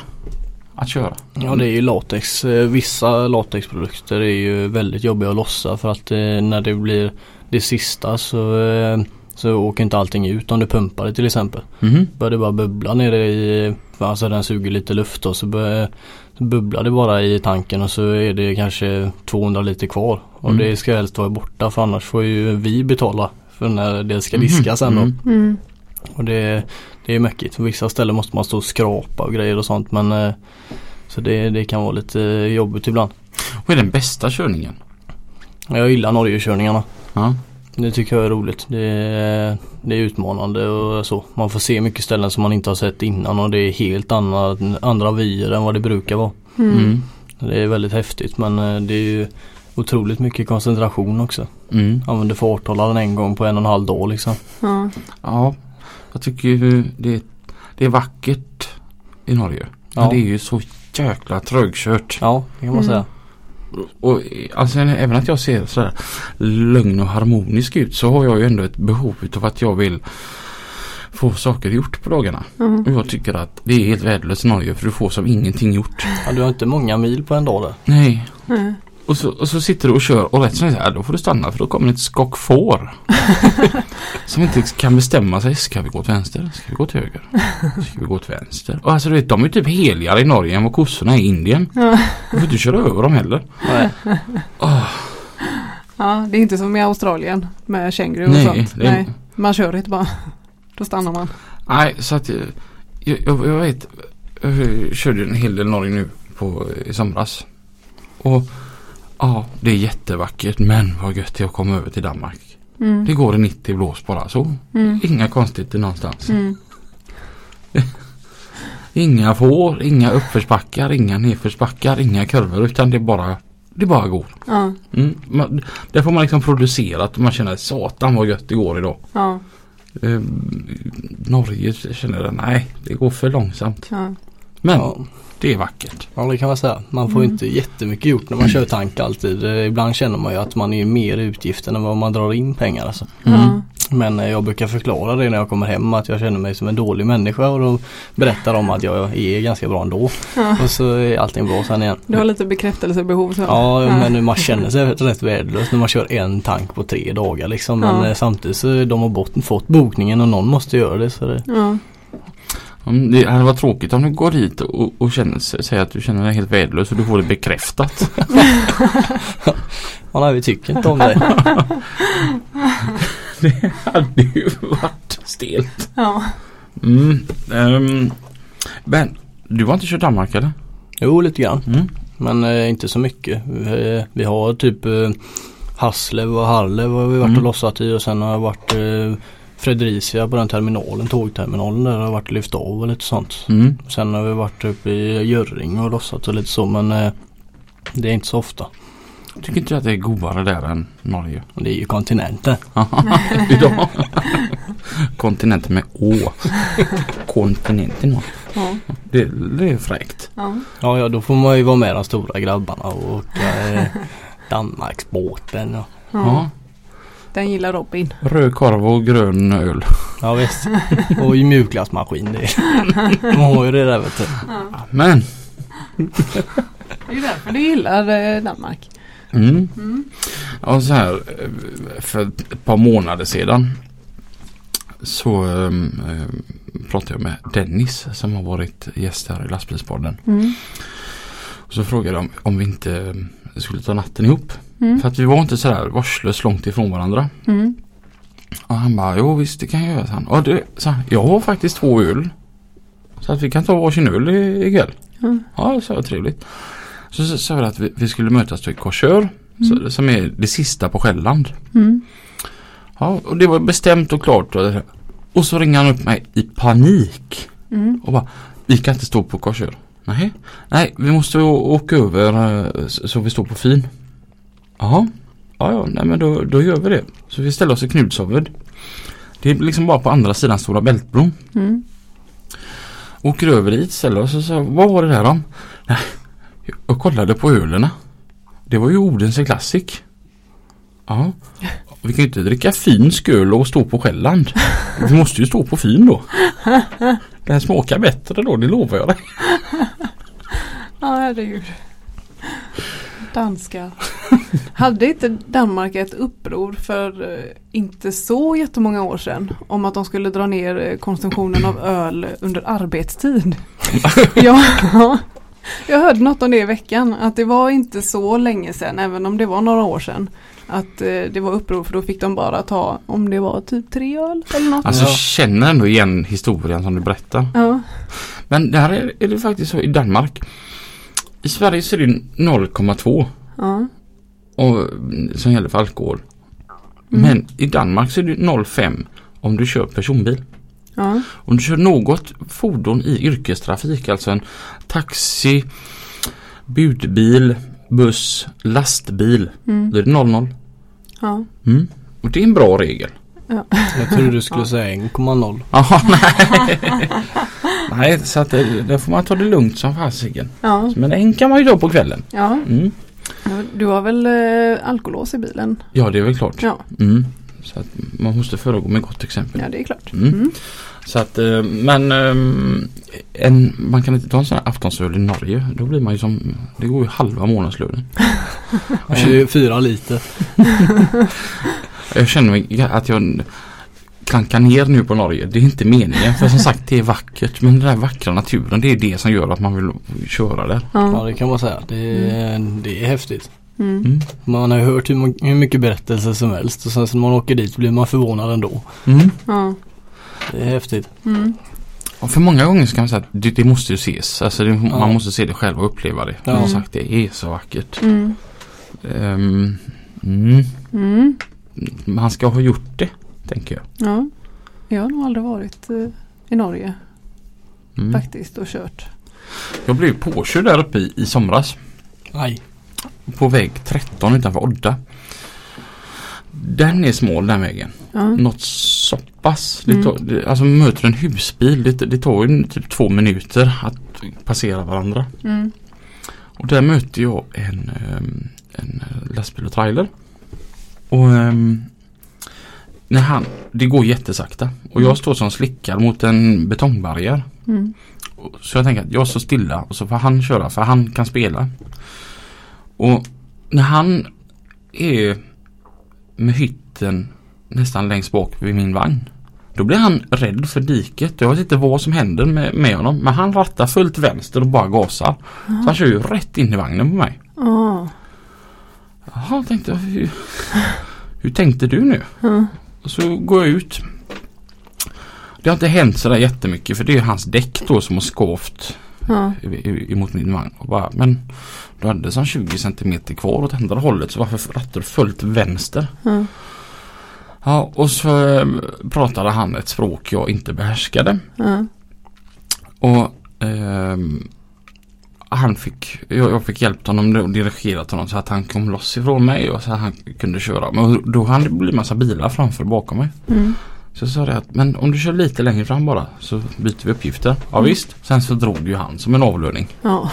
Speaker 1: Att köra?
Speaker 3: Ja det är ju latex. Eh, Vissa latexprodukter är ju väldigt jobbiga att lossa för att eh, när det blir det sista så, eh, så åker inte allting ut om du pumpar det till exempel.
Speaker 1: Mhm.
Speaker 3: Börjar det bara bubbla nere i, alltså den suger lite luft och så, börjar, så bubblar det bara i tanken och så är det kanske 200 liter kvar. Och
Speaker 1: Mm.
Speaker 3: det ska helst vara borta för annars får ju vi betala för när det ska diskas sen då.
Speaker 1: Mhm.
Speaker 2: Mm.
Speaker 3: Och det, det är mäckigt. På vissa ställen måste man stå och skrapa och grejer och sånt men eh, så det, det kan vara lite jobbigt ibland.
Speaker 1: Vad är den bästa körningen?
Speaker 3: Jag gillar Norgekörningarna.
Speaker 1: Ja.
Speaker 3: Det tycker jag är roligt. Det, är- det är utmanande och så. Man får se mycket ställen som man inte har sett innan och det är helt andra, andra vyer än vad det brukar vara.
Speaker 2: Mm.
Speaker 1: Mm.
Speaker 3: Det är väldigt häftigt men eh, det är ju otroligt mycket koncentration också.
Speaker 1: Mm.
Speaker 3: Använder farthållaren en gång på en och en halv dag liksom.
Speaker 2: Ja.
Speaker 1: Ja, jag tycker ju det, det är vackert i Norge. Men
Speaker 3: Ja.
Speaker 1: det är ju så jäkla trögkört.
Speaker 3: Ja, det kan man
Speaker 2: Mm.
Speaker 3: säga.
Speaker 1: Och eh, alltså, även att jag ser sådär lugn och harmonisk ut så har jag ju ändå ett behov utav att jag vill få saker gjort på dagarna.
Speaker 3: Mm.
Speaker 2: Ja.
Speaker 1: Och jag tycker att det är helt värdelöst i Norge för du får som ingenting gjort.
Speaker 3: Ja, du har inte många mil på en dag där.
Speaker 1: Nej.
Speaker 2: Nej.
Speaker 1: Och så, och så sitter du och kör och rätt som det är så här, då får du stanna för då kommer det ett skock får. som inte kan bestämma sig. Ska vi gå åt vänster? Ska vi gå åt höger? Ska vi gå åt vänster? Och alltså du vet, de är ju typ heligare i Norge än vad kossorna är i Indien.
Speaker 2: Ja.
Speaker 1: Du får inte köra över dem heller.
Speaker 3: Nej.
Speaker 2: Ja, det är inte som i Australien med känguru och
Speaker 1: Nej,
Speaker 2: sånt.
Speaker 1: det är-
Speaker 2: Nej, man kör inte bara. Då stannar man.
Speaker 1: Nej, så att eh, jag, jag, jag vet. Jag körde en hel del Norge nu på, eh, i somras. Och ja, det är jättevackert men vad gött det är att komma över till Danmark.
Speaker 2: Mm.
Speaker 1: Det går i 90 blås bara så.
Speaker 2: Mm.
Speaker 1: Inga konstigheter någonstans.
Speaker 2: Mm.
Speaker 1: Inga får, inga uppförsbackar, inga nedförsbackar, inga kurvor utan det bara, det bara går.
Speaker 2: Ja,
Speaker 1: Mm. Man, där får man liksom producera att man känner satan vad gött det går idag.
Speaker 2: ja,
Speaker 1: Eh, Norge känner jag, nej det går för långsamt.
Speaker 2: ja.
Speaker 1: Men
Speaker 3: Ja.
Speaker 1: det är vackert.
Speaker 3: Ja det kan man säga. Man får
Speaker 2: Mm.
Speaker 3: inte jättemycket gjort när man kör tank alltid. Eh, Ibland känner man ju att man är mer i utgiften än vad man drar in pengar alltså.
Speaker 1: Mm.
Speaker 2: Ja.
Speaker 3: Men eh, jag brukar förklara det när jag kommer hem att jag känner mig som en dålig människa och då berättar de att jag är ganska bra ändå.
Speaker 2: Ja.
Speaker 3: Och så är allting bra sen igen.
Speaker 2: Du har lite bekräftelsebehov. Så.
Speaker 3: Ja men nu- man känner sig rätt värdelös när man kör en tank på tre dagar liksom. Men
Speaker 2: Ja.
Speaker 3: eh, samtidigt så de har bort, fått bokningen och någon måste göra det. Så det
Speaker 2: Ja.
Speaker 1: Om Mm, Det hade varit tråkigt om du går hit och, och känner, säger att du känner dig helt värdelös och du får det bekräftat.
Speaker 3: ja, nej, vi tycker inte om det.
Speaker 1: det hade ju varit stelt.
Speaker 2: Ja.
Speaker 1: Mm. ehm, ben, du har inte kört Danmark eller?
Speaker 3: Jo lite grann.
Speaker 1: Mm.
Speaker 3: Men eh, inte så mycket. Vi, vi har typ eh, Haslev och Harlev har vi varit
Speaker 1: Mm.
Speaker 3: och lossat i och sen har jag varit eh, Fredricia på den terminalen, tågterminalen där har jag varit och lyft av och lite sånt.
Speaker 1: Mm.
Speaker 3: Sen har vi varit uppe i Görring och lossat och lite så men eh, det är inte så ofta.
Speaker 1: Tycker inte du att det är godare där än Norge?
Speaker 3: Och Det är ju kontinenten.
Speaker 1: Idag? Kontinenten med Å. Kontinenten. ja.
Speaker 2: Ja.
Speaker 1: Det, det är fräckt.
Speaker 2: Ja.
Speaker 3: Ja, ja då får man ju vara med de stora grabbarna och åka eh, Danmarksbåten. Och,
Speaker 2: Ja. Den gillar Robin.
Speaker 1: Ja. Röd korv och grön öl.
Speaker 3: ja visst. Och i mjukglassmaskin. det- De har ju det där vet du.
Speaker 1: Men.
Speaker 2: Det är ju därför du gillar eh, Danmark.
Speaker 1: Mm. Och så här, eh, för ett par månader sedan så ehm, ehm, pratade jag med Dennis som har varit gäst här i lastbilspodden.
Speaker 2: Mm.
Speaker 1: Och så frågade jag om, om vi inte ehm, skulle ta natten ihop.
Speaker 2: Mm.
Speaker 1: För att vi var inte så här varslöst långt ifrån varandra.
Speaker 2: Mm.
Speaker 1: Och han bara, jo visst det kan jag göra. sa Han. Och det, så han, jag har faktiskt två öl. Så att vi kan ta varsin öl i- ikväll.
Speaker 2: Mm.
Speaker 1: Ja, det sa jag trevligt. Så så sa vi att vi, vi skulle mötas till Korsör. så- Som är det sista på Själland.
Speaker 2: Mm.
Speaker 1: Ja, och det var bestämt och klart. Och så ringer han upp mig i panik.
Speaker 2: Mm.
Speaker 1: Och bara, vi kan inte stå på Korsör. Nej, nej vi måste å- åka över eh, så så vi står på fin. Jaha, ja, ja, nej men då, då gör vi det. Så vi ställer oss i Knutshuvud. Det är liksom bara på andra sidan Stora Bältbron.
Speaker 2: Mm.
Speaker 1: Åker över dit, ställer oss och så, vad var det där om? Nej, jag kollade på ölerna. Det var ju Odense Classic. Ja. Vi kan ju inte dricka finsk öl och stå på Själland. Vi måste ju stå på fin då. Den smakar bättre då, det lovar jag dig.
Speaker 2: Ja, herregud. Danska. Hade inte Danmark ett uppror för eh, inte så jättemånga år sedan om att de skulle dra ner eh, konsumtionen av öl under arbetstid? ja, jag hörde något om det i veckan att det var inte så länge sedan, även om det var några år sedan, att eh, det var uppror för då fick de bara ta, om det var typ tre öl eller något.
Speaker 1: Alltså
Speaker 3: Ja.
Speaker 1: känner ändå igen historien som du berättar.
Speaker 2: Ja,
Speaker 1: Men där är, är det faktiskt så i Danmark. I Sverige så är det 0,2
Speaker 2: ja,
Speaker 1: och, som gäller för alkohol. Men i Danmark så är det 0,5 om du kör personbil.
Speaker 2: ja,
Speaker 1: Om du kör något fordon i yrkestrafik, alltså en taxi, budbil, buss, lastbil. Då är det 00.
Speaker 2: ja.
Speaker 1: Mm. Och det är en bra regel.
Speaker 3: Jag trodde du skulle säga 1,0.
Speaker 1: Jaha, nej. nej, så att det, där får man ta det lugnt som fasiken.
Speaker 2: ja.
Speaker 1: Men en kan man ju ta på kvällen.
Speaker 2: ja.
Speaker 1: Mm.
Speaker 2: Du har väl eh, alkolås i bilen?
Speaker 1: Ja, det är väl klart.
Speaker 2: Ja,
Speaker 1: Mm. Så att man måste föregå med gott exempel.
Speaker 2: ja det är klart.
Speaker 1: Mm.
Speaker 2: Mm.
Speaker 1: Så att, eh, men ehm, en, man kan inte ta en sån här aftonsöl i Norge. Då blir man ju som, det går ju halva månadslönen.
Speaker 3: Och 24 liter.
Speaker 1: Jag känner mig att jag klankar ner nu på Norge. Det är inte meningen. För som sagt, det är vackert. Men den där vackra naturen, det är det som gör att man vill köra där.
Speaker 3: Ja
Speaker 2: Ja.
Speaker 3: det kan man säga. Det är, det är häftigt.
Speaker 2: Mm.
Speaker 1: Mm.
Speaker 3: Man har ju hört hur, må- hur mycket berättelser som helst och sen när man åker dit blir man förvånad ändå.
Speaker 1: Mm.
Speaker 2: Ja.
Speaker 3: Det är häftigt.
Speaker 2: Mm.
Speaker 1: Och för många gånger ska man säga att det, det måste ju ses. Alltså det,
Speaker 3: Ja.
Speaker 1: man måste se det själv och uppleva det.
Speaker 3: Ja.
Speaker 1: Som sagt, det är så vackert.
Speaker 2: Mm.
Speaker 1: Ehm, mm.
Speaker 2: Mm.
Speaker 1: Man ska ha gjort det, tänker jag.
Speaker 2: Ja. Jag har nog aldrig varit eh, i Norge
Speaker 1: Mm.
Speaker 2: faktiskt och kört.
Speaker 1: Jag blev påkörd där uppe i, i somras.
Speaker 3: Aj.
Speaker 1: På väg 13 utanför Odda. Den är smal den vägen.
Speaker 2: Ja.
Speaker 1: Något så pass. Det tar, det, alltså möter en husbil. Det, det tar ju typ två minuter att passera varandra.
Speaker 2: Mm.
Speaker 1: Och där mötte jag en, ehm, en eh, lastbil och trailer. Och ehm, när han, det går jättesakta. Och jag står som slickad mot en betongbarriär.
Speaker 2: Mm.
Speaker 1: Och- Så jag tänker att jag står stilla och så får han köra för han kan spela. Och när han är med hytten nästan längst bak vid min vagn. Då blir han rädd för diket. Jag vet inte vad som händer med, med honom. Men han rattar fullt vänster och bara gasar. Så han kör ju rätt in i vagnen på mig.
Speaker 2: Ja.
Speaker 1: Jaha, tänkte jag. Hur, hur tänkte du nu?
Speaker 2: Ja.
Speaker 1: Och så går jag ut. Det har inte hänt sådär jättemycket för det är ju hans däck då som har skavt
Speaker 2: Ja.
Speaker 1: i- i- emot min vagn. Och bara, men du hade som 20 cm kvar åt andra hållet så varför rattar du fullt vänster?
Speaker 2: Ja.
Speaker 1: Ja, och så eh, pratade han ett språk jag inte behärskade.
Speaker 2: Ja.
Speaker 1: Och ehm, han fick, jag, jag fick hjälpt honom och dirigerat honom så att han kom loss ifrån mig och så att han kunde köra. Men då hade det blivit massa bilar framför och bakom mig.
Speaker 2: Mm.
Speaker 1: Så sa det att men om du kör lite längre fram bara så byter vi uppgifter. Ja
Speaker 2: Mm.
Speaker 1: visst. Sen så drog ju han som en avlöning.
Speaker 2: Ja,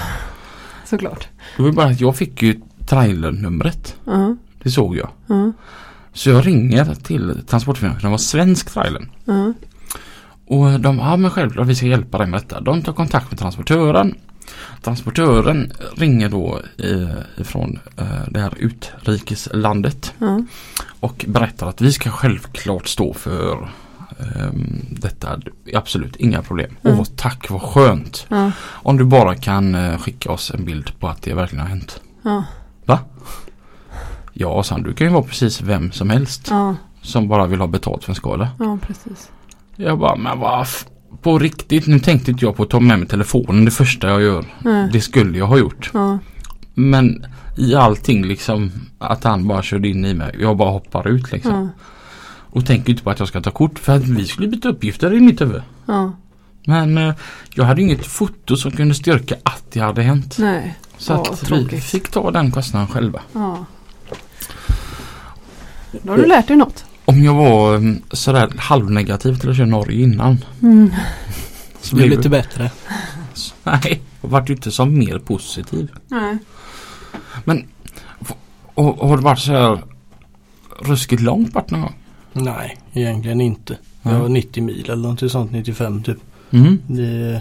Speaker 2: såklart.
Speaker 1: Det var ju bara att jag fick ju trailernumret.
Speaker 2: Ja,
Speaker 1: Det såg jag.
Speaker 2: ja,
Speaker 1: Så jag ringer till transportfirman. för Den var svensk trailern.
Speaker 2: ja.
Speaker 1: Och de, ja men självklart vi ska hjälpa dig med detta. De tar kontakt med transportören. Transportören ringer då eh, ifrån eh, det här utrikeslandet
Speaker 2: ja.
Speaker 1: och berättar att vi ska självklart stå för ehm, detta. Absolut inga problem.
Speaker 2: Mm.
Speaker 1: Åh tack vad skönt.
Speaker 2: ja.
Speaker 1: Om du bara kan eh, skicka oss en bild på att det verkligen har hänt.
Speaker 2: ja.
Speaker 1: Ja, sen du kan ju vara precis vem som helst
Speaker 2: ja.
Speaker 1: som bara vill ha betalt för en skada.
Speaker 2: Ja, precis.
Speaker 1: Jag bara, men vad f- på riktigt, nu tänkte inte jag på att ta med mig telefonen det första jag gör.
Speaker 2: Nej.
Speaker 1: Det skulle jag ha gjort.
Speaker 2: Ja,
Speaker 1: Men i allting liksom att han bara körde in i mig. Jag bara hoppar ut liksom.
Speaker 2: ja,
Speaker 1: Och tänker inte på att jag ska ta kort för att vi skulle byta uppgifter i mitt huvud.
Speaker 2: ja.
Speaker 1: Men eh, jag hade inget foto som kunde styrka att det hade hänt.
Speaker 2: Nej.
Speaker 1: Så
Speaker 2: Ja,
Speaker 1: att vi
Speaker 2: tråkigt.
Speaker 1: fick ta den kostnaden själva.
Speaker 2: Ja. Då har du lärt dig något.
Speaker 1: Om jag var eh, sådär halvnegativ till att köra Norge innan.
Speaker 2: Mm.
Speaker 1: Så
Speaker 3: Det blir lite bättre.
Speaker 1: Nej, jag vart ju inte som mer positiv.
Speaker 2: Nej.
Speaker 1: Och, och har det varit så här ruskigt långt bort någon gång?
Speaker 3: Nej, egentligen inte. Jag
Speaker 1: Mm.
Speaker 3: var 90 mil eller någonting sånt, 95 typ.
Speaker 1: Mm.
Speaker 3: Det är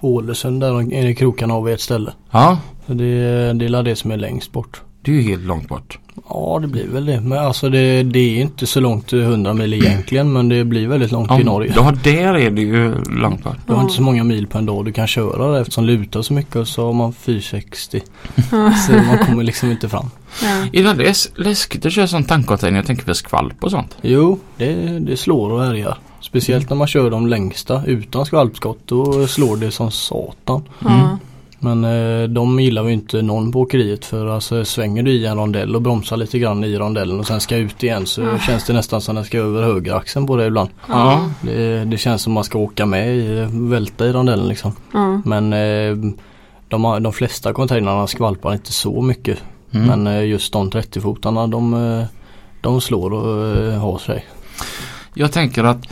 Speaker 3: Ålesund där är det krokarna av ett ställe.
Speaker 1: Ja,
Speaker 3: Så det, är- det är väl det som är längst bort.
Speaker 1: det är ju helt långt bort.
Speaker 3: Ja det blir väl det. Men alltså det, det är inte så långt till 100 mil egentligen men det blir väldigt långt i Norge.
Speaker 1: Ja, där är det ju långt bort.
Speaker 3: Du har inte så många mil på en dag du kan köra där eftersom det lutar så mycket och så har man 460.
Speaker 2: Ja.
Speaker 3: Så man kommer liksom inte fram.
Speaker 2: Ja.
Speaker 1: Är det alldeles läskigt att köra sån tankeavtäckning? Jag tänker på skvalp och sånt.
Speaker 3: Jo, det, det slår och härjar. Speciellt när man kör de längsta utan skvalpskott. Då slår det som satan.
Speaker 2: Ja.
Speaker 3: Men eh, de gillar vi inte någon på åkeriet för alltså svänger du i en rondell och bromsar lite grann i rondellen och sen ska ut igen så
Speaker 2: Ah.
Speaker 3: känns det nästan som den ska över höger axeln på dig ibland.
Speaker 2: Ja.
Speaker 3: Det, det känns som man ska åka med i, välta i rondellen liksom.
Speaker 2: Ja.
Speaker 3: Men eh, de, har- de flesta containrarna skvalpar inte så mycket.
Speaker 1: Mm.
Speaker 3: Men eh, just de 30-fotarna de, eh, de slår och eh, har sig.
Speaker 1: Jag tänker att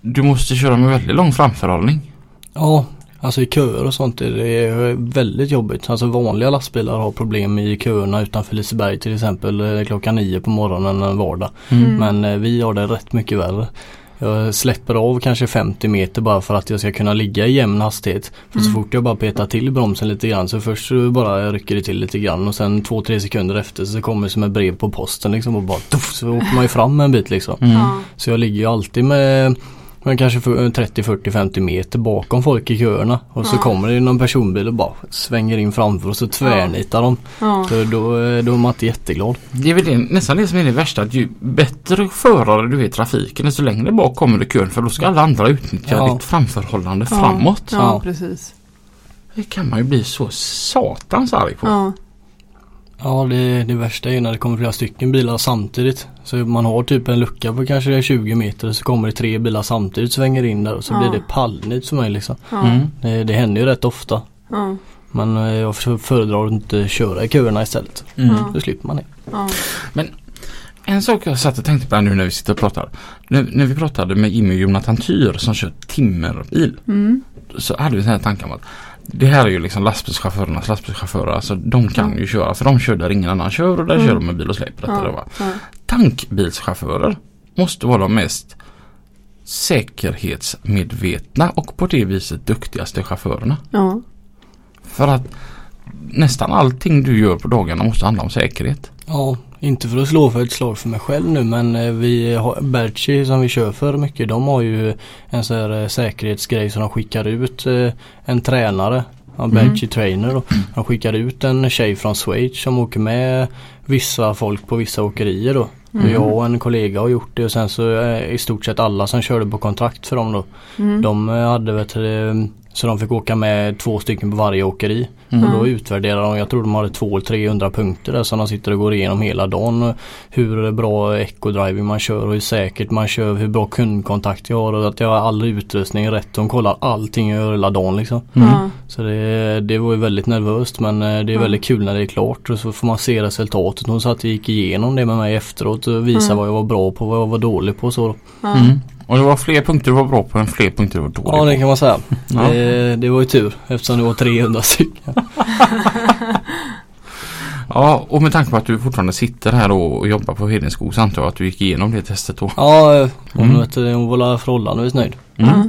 Speaker 1: du måste köra med väldigt lång framförhållning.
Speaker 3: Ja, alltså i köer och sånt är det väldigt jobbigt. Alltså vanliga lastbilar har problem i köerna utanför Liseberg till exempel eh, klockan nio på morgonen en vardag.
Speaker 2: Mm.
Speaker 3: Men eh, vi har det rätt mycket värre. Jag släpper av kanske 50 meter bara för att jag ska kunna ligga i jämn hastighet. För så
Speaker 2: Mm.
Speaker 3: fort jag bara petar till bromsen lite grann så först så bara rycker det till lite grann och sen två, tre sekunder efter så kommer det som ett brev på posten liksom och bara tuff, så åker man ju fram en bit liksom.
Speaker 1: Mm.
Speaker 2: Ja.
Speaker 3: Så jag ligger ju alltid med men kanske för- eh, 30, 40, 50 meter bakom folk i köerna. Och så
Speaker 2: Ja.
Speaker 3: kommer det någon personbil och bara svänger in framför och så tvärnitar de.
Speaker 2: Ja.
Speaker 3: Så då, eh, då är man inte jätteglad.
Speaker 1: Det är väl det, nästan det som är det värsta. Att ju bättre förare du är i trafiken desto längre bak kommer du i kön för då ska alla andra utnyttja
Speaker 3: Ja.
Speaker 1: ditt framförhållande
Speaker 2: Ja.
Speaker 1: framåt.
Speaker 2: Ja,
Speaker 3: Ja.
Speaker 2: precis.
Speaker 1: Det kan man ju bli så satans arg på.
Speaker 2: Ja.
Speaker 3: Ja det, det värsta är när det kommer flera stycken bilar samtidigt. Så man har typ en lucka på kanske 20 meter och så kommer det tre bilar samtidigt svänger in där och så
Speaker 2: Ja.
Speaker 3: blir det pallnit för mig liksom.
Speaker 2: Ja.
Speaker 1: Mm.
Speaker 3: Det, det händer ju rätt ofta.
Speaker 2: Ja.
Speaker 3: Men eh, jag föredrar att inte köra i köerna istället.
Speaker 1: Mm.
Speaker 2: Ja.
Speaker 3: Då slipper man det.
Speaker 2: Ja.
Speaker 1: En sak jag satt och tänkte på här nu när vi sitter och pratar. När, när vi pratade med Jimmy och Jonathan Tyr som kör timmerbil.
Speaker 2: Mm.
Speaker 1: Så hade vi sådana här tankar om att det här är ju liksom lastbilschaufförernas lastbilschaufförer. Alltså de kan
Speaker 2: Mm.
Speaker 1: ju köra för de kör där ingen annan kör och där
Speaker 2: Mm.
Speaker 1: kör de med bil och släp.
Speaker 2: Ja.
Speaker 1: Ja.
Speaker 2: Ja.
Speaker 1: Tankbilschaufförer måste vara de mest säkerhetsmedvetna och på det viset duktigaste chaufförerna.
Speaker 2: Ja.
Speaker 1: För att nästan allting du gör på dagarna måste handla om säkerhet.
Speaker 3: Ja, inte för att slå för ett slag för mig själv nu men eh, vi har Berchi som vi kör för mycket de har ju en sån här eh, säkerhetsgrej som de skickar ut eh, en tränare Ja,
Speaker 2: Mm.
Speaker 3: Berchi Trainer då. De skickar ut en tjej från Schweiz som åker med vissa folk på vissa åkerier då.
Speaker 2: Mm.
Speaker 3: Jag och en kollega har gjort det och sen så eh, i stort sett alla som körde på kontrakt för dem då.
Speaker 2: Mm.
Speaker 3: De eh, hade vet, du, eh, Så de fick åka med två stycken på varje åkeri.
Speaker 1: Mm.
Speaker 2: Mm.
Speaker 3: Och då utvärderar de, jag tror de hade 200 eller 300 punkter där som de sitter och går igenom hela dagen. Och Hur bra eco-driving man kör och hur säkert man kör, hur bra kundkontakt jag har och att jag har all utrustning rätt. De kollar allting jag gör hela dagen liksom.
Speaker 2: Ja.
Speaker 3: Så det, det var ju väldigt nervöst men eh, det är
Speaker 2: Mm.
Speaker 3: väldigt kul när det är klart och så får man se resultatet. Hon satt och gick igenom det med mig efteråt och visade
Speaker 2: Mm.
Speaker 3: vad jag var bra på, vad jag var dålig på och så.
Speaker 2: Ja.
Speaker 1: Mm. Och det var fler punkter du var bra på än fler punkter du var dålig
Speaker 3: Ja det kan man säga.
Speaker 1: Ja.
Speaker 3: Det, det var ju tur eftersom det var 300 stycken.
Speaker 1: på. Ja, och med tanke på att du fortfarande sitter här då och jobbar på Hedenskog så antar jag att du gick igenom det testet då.
Speaker 3: Ja, eh, hon,
Speaker 1: Mm.
Speaker 3: vet, hon var förhållandevis nöjd.
Speaker 1: Mm.
Speaker 2: Ja.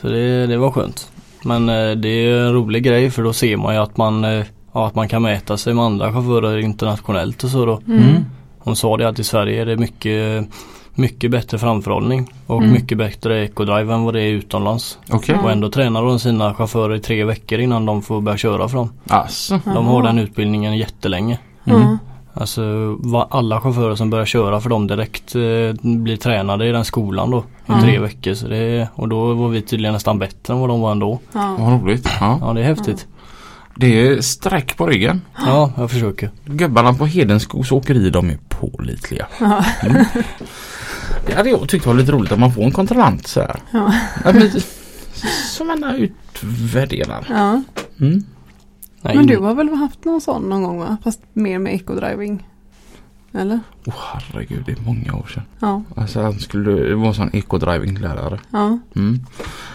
Speaker 3: Så det, det var skönt. Men eh, det är en rolig grej för då ser man ju att man, eh, ja, att man kan mäta sig med andra chaufförer internationellt och så då.
Speaker 2: Mm.
Speaker 3: Hon sa det att i Sverige är det mycket, mycket bättre framförhållning och
Speaker 2: Mm.
Speaker 3: mycket bättre ecodrive än vad det är utomlands.
Speaker 1: Okej.
Speaker 2: Mm.
Speaker 3: Och ändå tränar de sina chaufförer i tre veckor innan de får börja köra för dem.
Speaker 1: Alltså.
Speaker 3: De har den utbildningen jättelänge.
Speaker 2: Ja.
Speaker 3: Alltså va, alla chaufförer som börjar köra för dem direkt eh, blir tränade i den skolan då i
Speaker 2: Ja.
Speaker 3: tre veckor. Så det, och då var vi tydligen nästan bättre än vad de var ändå.
Speaker 2: Ja.
Speaker 1: Vad roligt. Ja.
Speaker 3: Ja det är häftigt.
Speaker 1: Det är streck på ryggen.
Speaker 3: Ja, jag försöker.
Speaker 1: Gubbarna på Hedenskogs åkeri de är pålitliga.
Speaker 2: Ja.
Speaker 1: Mm. Det hade jag tyckt var lite roligt om man får en kontrollant så här.
Speaker 2: Ja.
Speaker 1: men, som en utvärderare.
Speaker 2: Ja.
Speaker 1: Mm.
Speaker 3: Nej,
Speaker 2: Men du har väl haft någon sån någon gång va? Fast mer med ecodriving? Eller?
Speaker 1: Åh herregud, det är många år sedan.
Speaker 2: Ja.
Speaker 1: Alltså han skulle, det var en sån eco-driving-lärare.
Speaker 2: Ja.
Speaker 1: Mm.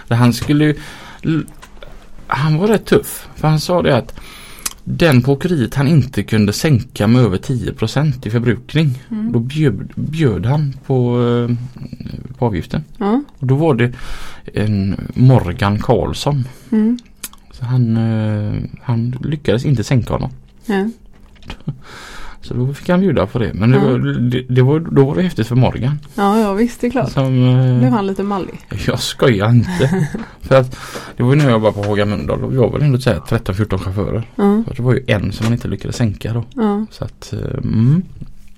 Speaker 1: Men Han skulle ju, l- han var rätt tuff. För han sa det att den på åkeriet han inte kunde sänka med över 10% i förbrukning. Då
Speaker 2: Mm.
Speaker 1: bjöd, bjöd han på, eh, på avgiften.
Speaker 2: Ja.
Speaker 1: Och då var det en Morgan Karlsson.
Speaker 2: Mm.
Speaker 1: Så han, eh, han lyckades inte sänka honom.
Speaker 2: Ja.
Speaker 1: Så då fick han bjuda på det. Men det
Speaker 2: Ja.
Speaker 1: var, det, det var, då var det häftigt för Morgan.
Speaker 2: ja, ja visst det är klart.
Speaker 1: Som, eh,
Speaker 2: Blev han lite mallig?
Speaker 1: Jag skojar inte. För att det var ju när jag jobbade på Haga Mölndal. och Vi var väl ändå så här 13-14 chaufförer.
Speaker 2: Ja.
Speaker 1: Så det var ju en som man inte lyckades sänka då.
Speaker 2: Ja.
Speaker 1: Så att, eh, mm,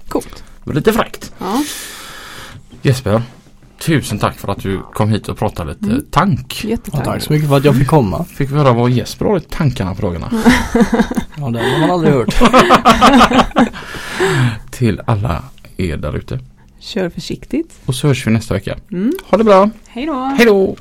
Speaker 2: Coolt.
Speaker 1: det var lite fräckt.
Speaker 2: Ja.
Speaker 1: Jesper, tusen tack för att du kom hit och pratade lite
Speaker 2: Mm.
Speaker 1: tank.
Speaker 3: Ja,
Speaker 2: Jättetack.
Speaker 3: tack så mycket för att jag fick komma.
Speaker 1: Fick vi höra vad Jesper har i tankarna på dagarna.
Speaker 3: Ja, det har man aldrig hört.
Speaker 1: Till alla er där ute.
Speaker 2: Kör försiktigt.
Speaker 1: Och så hörs vi nästa vecka.
Speaker 2: Mm.
Speaker 1: Ha det bra.
Speaker 2: Hej då.
Speaker 1: Hej då!